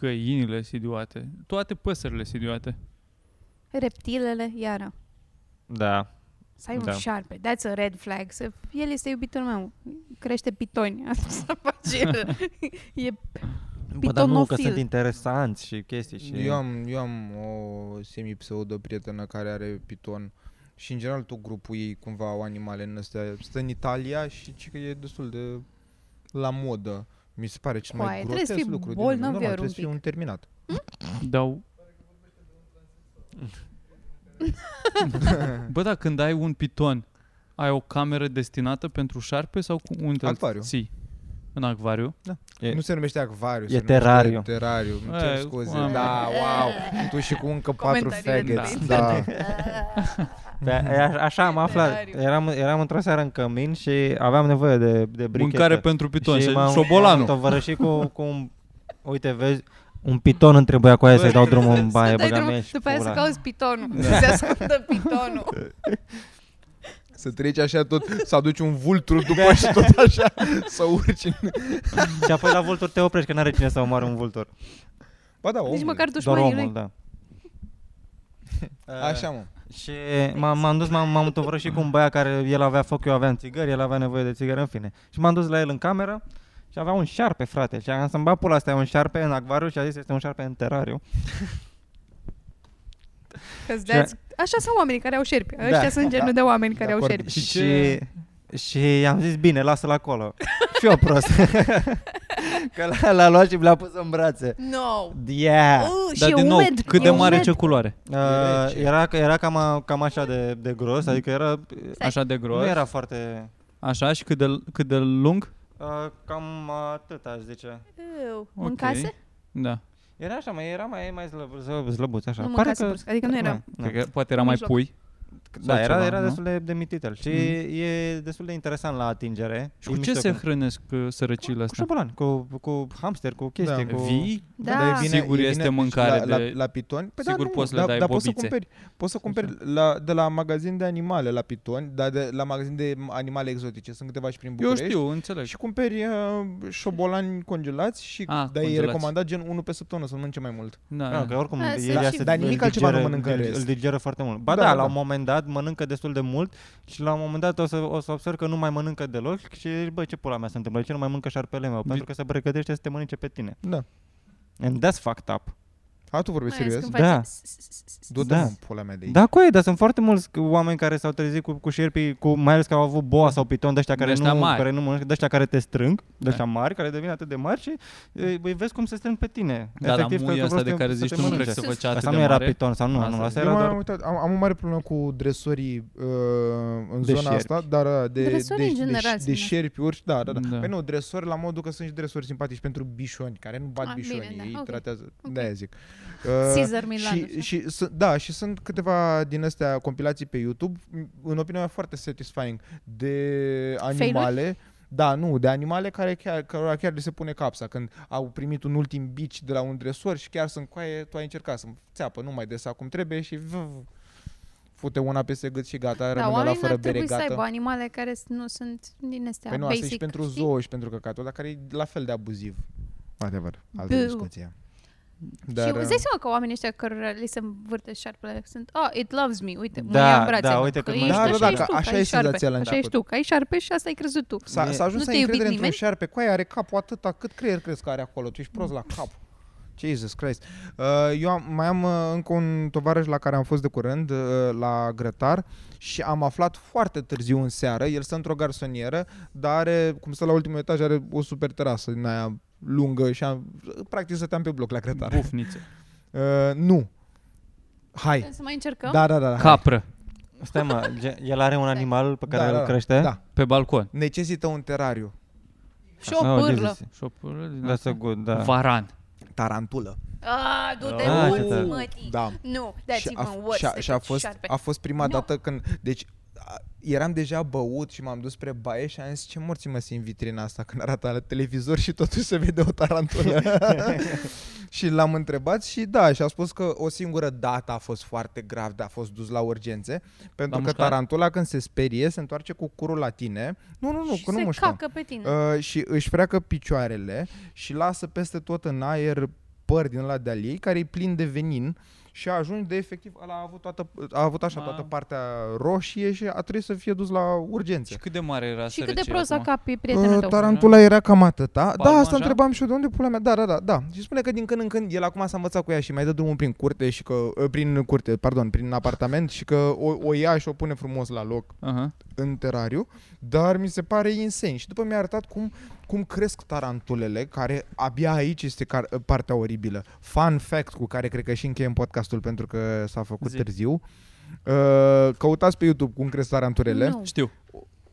E: Găinile sunt idiote. Toate păsările sunt idiote.
A: Reptilele, iară.
D: da.
A: Să ai un
D: Da.
A: șarpe. That's a red flag. Să, el este iubitul meu. Crește pitoni. (laughs) Asta face el. e,
D: Bă, dar nu, că
A: Pitonofil.
D: sunt interesanți și chestii. Și...
C: Eu am, eu am o semi-pseudo prietenă care are piton și în general tot grupul ei cumva au animale în astea. Stă în Italia și ci că e destul de la modă. Mi se pare cel
A: Coaie,
C: mai
A: trebuie să
C: grotesc
A: fii
C: lucru din
A: bolnav,
C: lume. Normal,
A: iar un
C: trebuie să fii
A: pic.
C: un terminat.
D: (laughs)
E: Dau... Bă, dar când ai un piton, ai o cameră destinată pentru șarpe sau cu unde îl
C: Acvariu.
E: ții? În acvariu?
D: E-
C: Nu se numește acvariu, se
D: e
C: numește
D: terariu.
C: Terariu, îmi cer
E: Aia,
C: scuze.
E: oameni.
C: Da, wow. Tu și cu încă patru
A: Comentariile
C: faggots.
A: de
E: (laughs)
C: Da.
D: Pe,
E: Mhm.
D: a, așa am aflat.
A: Literariu.
D: Eram, eram într-o seară în cămin și aveam nevoie de, de brichetă.
E: Mâncare pentru piton. Și
D: și m-am,
E: șobolanul.
D: m-am tovărășit cu, cu un, uite, vezi, un piton îmi trebuia cu aia să-i dau drumul în baie,
A: Să dai
D: băga
A: drumul,
D: mea și
A: După aia să
D: pula. Da.
A: cauți pitonul. Să (laughs) se ascundă pitonul.
C: Să treci așa tot, să aduci un vultru
E: Da.
C: după și tot așa, să urci. în-
D: Și apoi la vultur te oprești, că n-are cine să omoare un vultur.
C: Ba da,
A: Nici
C: omule.
A: Deci măcar
D: Doar
A: dușmanii
D: omul,
A: lui.
D: da.
C: Așa, mă.
D: Și
A: Păi
D: m-am, m-am dus, m-am,
A: (laughs)
D: m-am întovărășit cu un băiat care el avea foc, eu aveam țigări, el avea nevoie de țigări, în fine. Și m-am dus la el în cameră și avea un șarpe, frate. Și am să-mi bag pula asta, e un șarpe în acvariu și a zis este un șarpe în terariu.
A: Că-ți dați- Așa sunt oamenii care au șerpi.
D: Da.
A: Ăștia sunt genul de oameni care
C: De
A: au
C: acord.
A: șerpi.
D: Și,
E: Și
D: și, și i-am zis, bine, lasă-l acolo. (laughs) Și eu prost. că l-a, l-a luat și mi l-a pus în brațe.
A: No!
D: Yeah!
A: Uh,
E: Dar
A: și
E: din
A: e
E: nou,
A: umed.
E: cât
A: e
E: de mare
A: umed.
E: ce culoare?
D: Uh, era, era cam, a, cam așa de, de gros, adică era,
E: Așa de
D: nu
E: gros.
D: era foarte...
E: Așa și cât de, cât de lung?
D: Uh, cam atât, aș zice.
A: Ew,
E: Ok.
A: Mâncase?
E: Da.
D: Era așa, mai era mai, mai slăb, slăb, slăbuț, așa.
A: Nu mâncase brusc, adică nu era-
D: Da,
E: Cred că poate era mai
A: mijloc.
E: pui. sau
D: da era,
E: ceva,
D: era
E: nu?
D: destul de, de mititel și
A: Mm.
E: Mhm.
D: e destul de interesant la atingere.
E: Și cu
D: E
E: ce
D: mișto
E: se
D: când-
E: hrănesc uh, sărăcile
D: Cu
E: astea?
D: șobolani, cu, cu hamster, cu chestii,
C: Da.
D: cu...
E: Vii?
A: Da.
C: Dar e bine,
E: Sigur
C: e bine,
E: este
C: deci
E: mâncare
C: la,
E: de-
C: la, la pitoni. Păi da,
E: Sigur
C: nu,
E: poți să le
C: da,
E: dai
C: dar poți să
E: bobițe.
C: cumperi, poți să cumperi la, de la magazin de animale la pitoni, dar de la magazin de animale exotice. Sunt câteva și prin
E: Eu
C: București.
E: știu, înțeleg.
C: Și cumperi uh, șobolani congelați și ah,
E: Ah,
C: dar e
E: congelați.
C: recomandat gen unul pe săptămână să mănânce mai mult.
E: Da,
D: Da,
E: da.
D: că oricum
A: Da,
D: el
A: sunt
D: ia
A: și-
D: se-
C: Ah, Dar
D: îl
C: nimic altceva nu
D: digeră-
C: mănâncă în
D: îl-
C: rest.
D: Îl digeră foarte mult. Ba
C: Da,
D: da,
C: da,
D: la
C: da.
D: un moment dat moderat, mănâncă destul de mult și la un moment dat o să, o să observ că nu mai mănâncă deloc și bă, ce pula mea se întâmplă? De ce nu mai mănâncă șarpele meu? Pentru că se pregătește să te mănânce pe tine.
C: Da. Păi-
D: And that's fucked up.
C: Hai tu vorbești
A: Mai ales
C: serios.
A: când
D: Da.
A: face s- s- s- s- s-
C: Du-te
D: Da.
C: mă, în pula mea de aici.
D: Da, cu ei, dar sunt foarte mulți oameni care s-au trezit cu, cu șerpii, cu, mai ales că au avut boa sau piton de ăștia care,
E: De-ăștia
D: nu,
E: mari. Da.
D: care nu mănâncă, de ăștia care te strâng, de ăștia mari, care devin atât de mari și e, îi vezi cum se strâng pe tine.
E: Da, dar
D: Efectiv, că-
E: muia
D: că
E: asta
D: vreau
E: de
D: să-
E: care
D: să
E: zici
D: te
E: tu nu
D: mănânce.
E: cred să se făcea atât
D: Asta
E: de
D: nu era
E: mare.
D: piton sau nu,
E: Asta
D: nu,
E: e.
D: asta
C: Eu
D: era
C: m-am
D: doar...
C: uitat, am, am o mare problemă cu dresorii uh, în
D: De
C: zona
D: șerpi.
C: asta, dar uh, de,
A: Dresorii
C: de,
A: în general,
C: de, de
A: sunt
C: șerpi, urși, da, da, da,
E: Da.
C: da. Păi nu, dresori la modul că sunt și dresori simpatici pentru bișoni, care nu bat
A: Ah, bine,
C: bișonii,
A: da,
C: ei
A: ok.
C: tratează,
A: Ok.
C: de-aia zic.
A: Caesar Milano, așa.
C: și, și, sunt- da, și sunt câteva din astea compilații pe YouTube, m- în opinia mea foarte satisfying, de animale. Da, nu, de animale care chiar, cărora chiar le se pune capsa când au primit un ultim bici de la un dresor și chiar sunt coaie, tu ai încercat să țeapă, nu mai des cum trebuie și v- v- fute una peste gât și gata,
A: Da,
C: rămâne la
A: oamenii
C: fără
A: ar
C: bere
A: trebui să aibă
C: gata.
A: animale care s- nu sunt din astea
C: Păi nu, asta
A: basic.
C: e și pentru
A: știi?
C: zoo și pentru căcatul, dar care e la fel de abuziv. Adevăr, altă
A: Bău.
C: discuție.
A: Dar, și
C: uh,
A: îți dai seama că oamenii ăștia cărora li se învârte șarpele sunt Oh, it loves me, uite, mă
D: Da,
A: ia în brațe
D: da, uite că
A: că
D: mă-
A: ești
D: Da,
A: așa,
D: da, da,
A: ești
D: că
A: tu,
C: așa
A: ai
C: e
A: șarpe,
C: senzația la
A: Așa
C: început.
A: ești tu, că ai șarpe și asta ai crezut tu
C: S-a,
D: Nu
C: s-a
D: e-
C: ajuns
A: Nu
C: să ai
A: te iubit
C: încredere într-un
A: nimeni?
C: șarpe. Coaie are capul atâta cât creier crezi că are acolo. Tu ești prost la cap. Jesus Christ. Uh, Eu am, mai am uh, încă un tovarăș la care am fost de curând, uh, la grătar, și am aflat foarte târziu în seară, el stă într-o garsonieră, dar are, cum stă la ultimul etaj, are o super terasă din aia lungă și am, practic stăteam pe bloc la grătar.
E: Bufniță.
C: Uh, nu. Hai.
A: Să mai încercăm?
C: Da, da, da. da.
E: Capră.
D: Stai mă, gen- el are un animal pe care
C: da,
D: îl
C: da,
D: crește?
C: Da.
E: Pe balcon.
C: Necesită un terariu.
A: Și o
D: Oh,
A: pârlă
D: Jesus.
E: Șopură din
D: That's a good, da.
E: Varan.
C: Tarantulă.
A: Ah, du-te,
D: Ah, ce
A: uiți,
D: tare.
A: mătii.
C: Da.
A: Nu, dați-mă în worst
C: și, a, și a,
A: decât
C: fost,
A: șarpe.
C: a fost prima
A: Nu.
C: no. dată când... Deci a, eram deja băut și m-am dus spre baie și am zis ce morți mă simt vitrina asta când arată la televizor și totuși se vede o
E: (laughs)
C: tarantulă. și l-am întrebat și da, și a spus că o singură dată a fost foarte grav, dar a fost dus la urgențe, pentru
E: L-a
C: că
E: mușcat?
C: tarantula când se sperie se întoarce cu curul la tine. Nu, nu, nu,
A: Și
C: că nu
A: se
C: mușcă.
A: cacă pe tine.
E: Mhm.
C: Uh, și își freacă picioarele și lasă peste tot în aer păr din la de-al ei care e plin de venin și a ajuns de efectiv, ăla a avut, toată, a avut așa
E: Ma.
C: toată partea roșie și a trebuit să fie dus la urgențe.
E: Și cât de mare era
A: și cât de
E: sărăcia
A: prost a
E: acum?
A: capi prietenul
C: Uh,
A: tău.
C: tarantula era cam atâta.
E: Palma
C: da, asta
E: așa?
C: întrebam și eu de unde pula mea. Da, da, da, da. Și spune că din când în când el acum s-a învățat cu ea și mai dă drumul prin curte și că uh, prin curte, pardon, prin apartament și că o, o ia și o pune frumos la loc
E: Aha.
C: în terariu, dar mi se pare insane. Și după mi-a arătat cum, cum cresc tarantulele, care abia aici este car- partea oribilă. Fun fact cu care cred că și încheiem podcastul pentru că s-a făcut
E: Zi.
C: târziu. Uh, Căutați pe YouTube cum cresc tarantulele.
A: Nu.
E: Știu.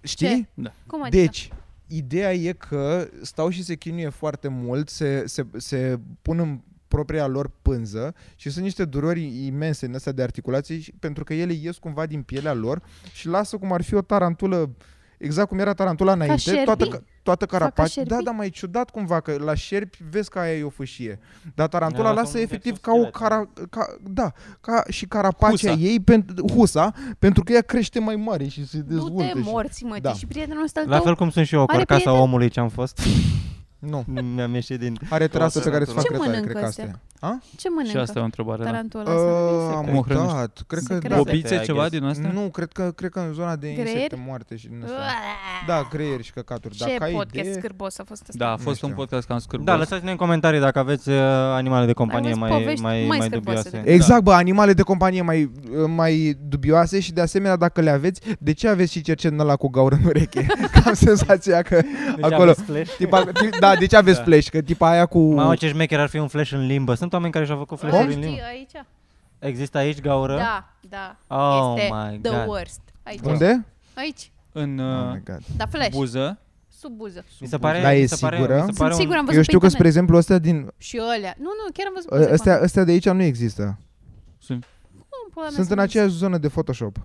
C: Știi?
A: Cum adică?
C: Deci, ideea e că stau și se chinuie foarte mult, se, se, se pun în propria lor pânză și sunt niște durori imense în astea de articulații și- pentru că ele ies cumva din pielea lor și lasă cum ar fi o tarantulă exact cum era tarantula înainte,
A: șerpi?
C: toată, ca- toată
A: ca
C: carapace.
A: șerpi?
C: Da, dar mai ciudat cumva că la șerpi vezi că aia e o fâșie. Dar tarantula
D: Ea lasă
C: lasă
D: un
C: efectiv ca o
D: exoschelet,
C: cara, ca, da, ca și carapacea
E: Husa.
C: ei pentru husa, pentru că ea crește mai mare și se dezvoltă.
A: Du-te
C: și-
A: morți, mă,
C: Da.
A: și prietenul ăsta al
D: La
A: tău
D: fel cum sunt și eu,
A: Are
D: carcasa
A: prieten?
D: omului ce am (laughs) fost.
C: Nu.
D: Mi-am ieșit din...
C: Are terasă pe care
D: Ce
C: îți fac grătare,
A: mănâncă
C: cred că
A: astea?
C: asta A?
A: ce
E: Și
A: mănâncă
E: asta e o întrebare, da.
A: tarantula
C: Uh,
A: asta?
C: am
E: Cum o hrănești?
C: uitat. Cred că
A: Secrete.
C: da.
E: Bobițe,
D: Secrete,
E: ceva
D: I guess.
E: din astea?
C: Nu, cred că, cred că în zona de
A: Greieri?
C: insecte moarte și din asta.
A: Uaaah!
C: Da, greieri și căcaturi. Dacă
A: Ce
C: ai
A: podcast
C: idee...
A: scârbos a fost asta?
E: Da, a
C: Nu
E: fost un
C: știu.
E: podcast cam scârbos.
D: Da, lăsați-ne în comentarii dacă aveți uh, animale de companie
A: auzi
D: mai,
A: povești
D: mai,
A: mai
D: mai
A: scârboase
D: dubioase.
E: decât-
C: Exact, bă, animale de companie mai, mai dubioase și de asemenea dacă le aveți, de ce aveți și cercet ăla cu gaură în
A: (laughs)
C: ureche? Că am senzația că acolo... Tipa, tip, da, de ce aveți
D: Deci Da.
C: flash? Că tipa aia cu...
D: Mamă, ce șmecher ar fi un flash în limbă. Sunt oameni care și-au făcut flash
A: Cum?
D: în
A: Știi
D: limbă.
A: aici?
D: Există aici gaură?
A: Da, da.
D: Oh
A: este
D: my
A: the
D: god.
A: worst. Aici.
C: Unde?
A: Aici.
E: În
D: Ah.
C: Oh
E: uh,
C: my God.
A: Da, flash.
E: buză.
A: Sub buză.
D: Mi se pare,
C: Dar e
D: mi se pare,
C: sigură?
D: mi se
A: Sunt
D: pare un...
A: sigur, am văzut
C: Eu știu
A: pe
C: că, Ă, spre
A: internet.
C: exemplu, ăstea din...
A: Și alea. Nu, nu, chiar am văzut pe
C: Ăstea, ăstea de aici nu există.
E: Sunt
C: Sunt în aceeași zonă de Photoshop.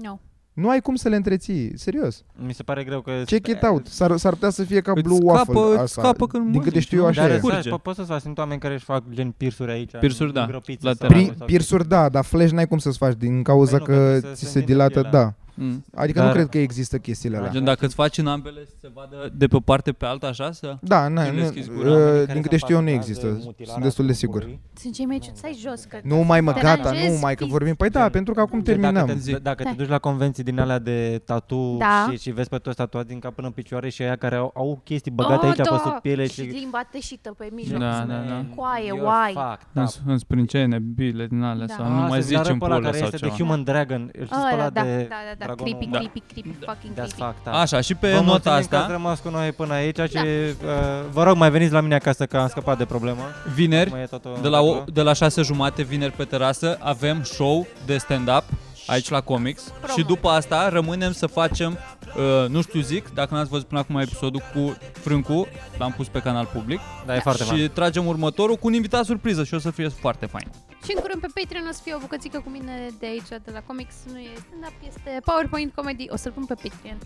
A: Nu.
C: Nu ai cum să le întreții, serios.
D: Mi se pare greu că...
C: Check it out. S-ar, s-ar putea să fie ca
E: Îți
C: Blue
E: scapă-
C: Waffle
E: îți
C: asta.
E: scapă când
C: Din
E: mănânci,
C: câte știu eu
E: nu?
C: așa
D: Dar
C: e.
E: Curge.
D: exact, po- poți să-ți faci, sunt oameni care își fac gen pirsuri aici.
E: Pirsuri,
D: în
E: da,
D: gropițe
E: la
D: sau-
E: terase.
C: Pri-
D: sau-
C: pirsuri, da, dar flash n-ai cum să-ți faci din cauza
D: Păi nu,
C: că
D: că se-
C: ți se
D: se întinde
C: dilată,
D: pielea.
C: da.
E: Mm.
C: Adică
D: Dar-
C: nu cred că există chestiile
D: Da.
C: alea.
E: Gen, dacă îți faci în ambele să se vadă de pe parte pe alta așa, să...
C: Da, na,
E: Când
C: nu,
E: deschizi gura,
C: uh,
D: Oamenii care
C: din
D: se
C: câte știu eu nu
D: pasionează de
C: există. Sunt
D: mutilarea
C: destul de sigur.
D: corpului,
A: Sunt cei mai ciuți, ai jos, că
C: Nu mai mă,
A: Te
C: gata, nu
A: deranjezi,
C: mai că
A: pi-
C: vorbim. Păi da, pentru că acum
D: Dacă
C: terminăm.
D: te,
E: Zi.
D: dacă te
A: Da.
D: duci la convenții din alea de tatu
A: Da.
D: și, și vezi pe toți tatuați din cap până în picioare și aia care au, au chestii băgate aici pe sub piele
A: Da, Oh, și...
D: și...
A: limba teșită pe mijloc.
E: Da,
A: să
E: da,
A: ne-
E: da.
A: Coaie,
D: You're
A: uai.
D: fucked
E: Da.
D: up.
E: Îți, îți princene bile din alea
A: Da.
E: da. sau nu
D: Ah,
E: mai
D: să-ți
E: zici
D: arăt
E: în
D: pe ăla
E: pulă
D: care
E: sau
D: este
E: ceva.
D: de Human Dragon, îl știți pe
A: Ăla,
D: ăla
A: da,
D: de
A: da, da, da,
D: dragonul
A: creepy,
D: uman.
A: creepy, creepy, fucking
D: That's
A: creepy. Da.
D: fucked up.
E: Așa, și pe
D: Vă
E: nota
D: mulțumim că ați
E: asta,
D: rămas cu noi până aici și uh, vă rog mai veniți la mine acasă că am scăpat de problemă.
E: vineri,
D: Mai e totul
E: de la,
D: acolo.
E: o, de la 6 jumate, vineri pe terasă, avem show de stand-up aici la Comics
A: Promo.
E: și după asta rămânem să facem, uh, nu știu zic, dacă n-ați văzut până acum episodul cu Frâncu, l-am pus pe canal public
D: Da, e foarte
E: și
D: fain.
E: tragem următorul cu un invitat surpriză și o să fie foarte fain.
A: Și în curând pe Patreon o să fie o bucățică cu mine de aici, de la comics. Nu e stand-up, este PowerPoint comedy. O să-l pun pe Patreon.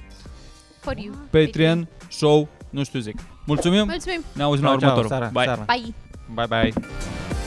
A: For you.
E: Patreon, show, nu știu zic. Mulțumim,
A: Mulțumim.
E: ne auzim la
D: Ciao, ciao, seara,
E: următorul. Bye!
D: seara.
A: Bye.
D: Bye bye.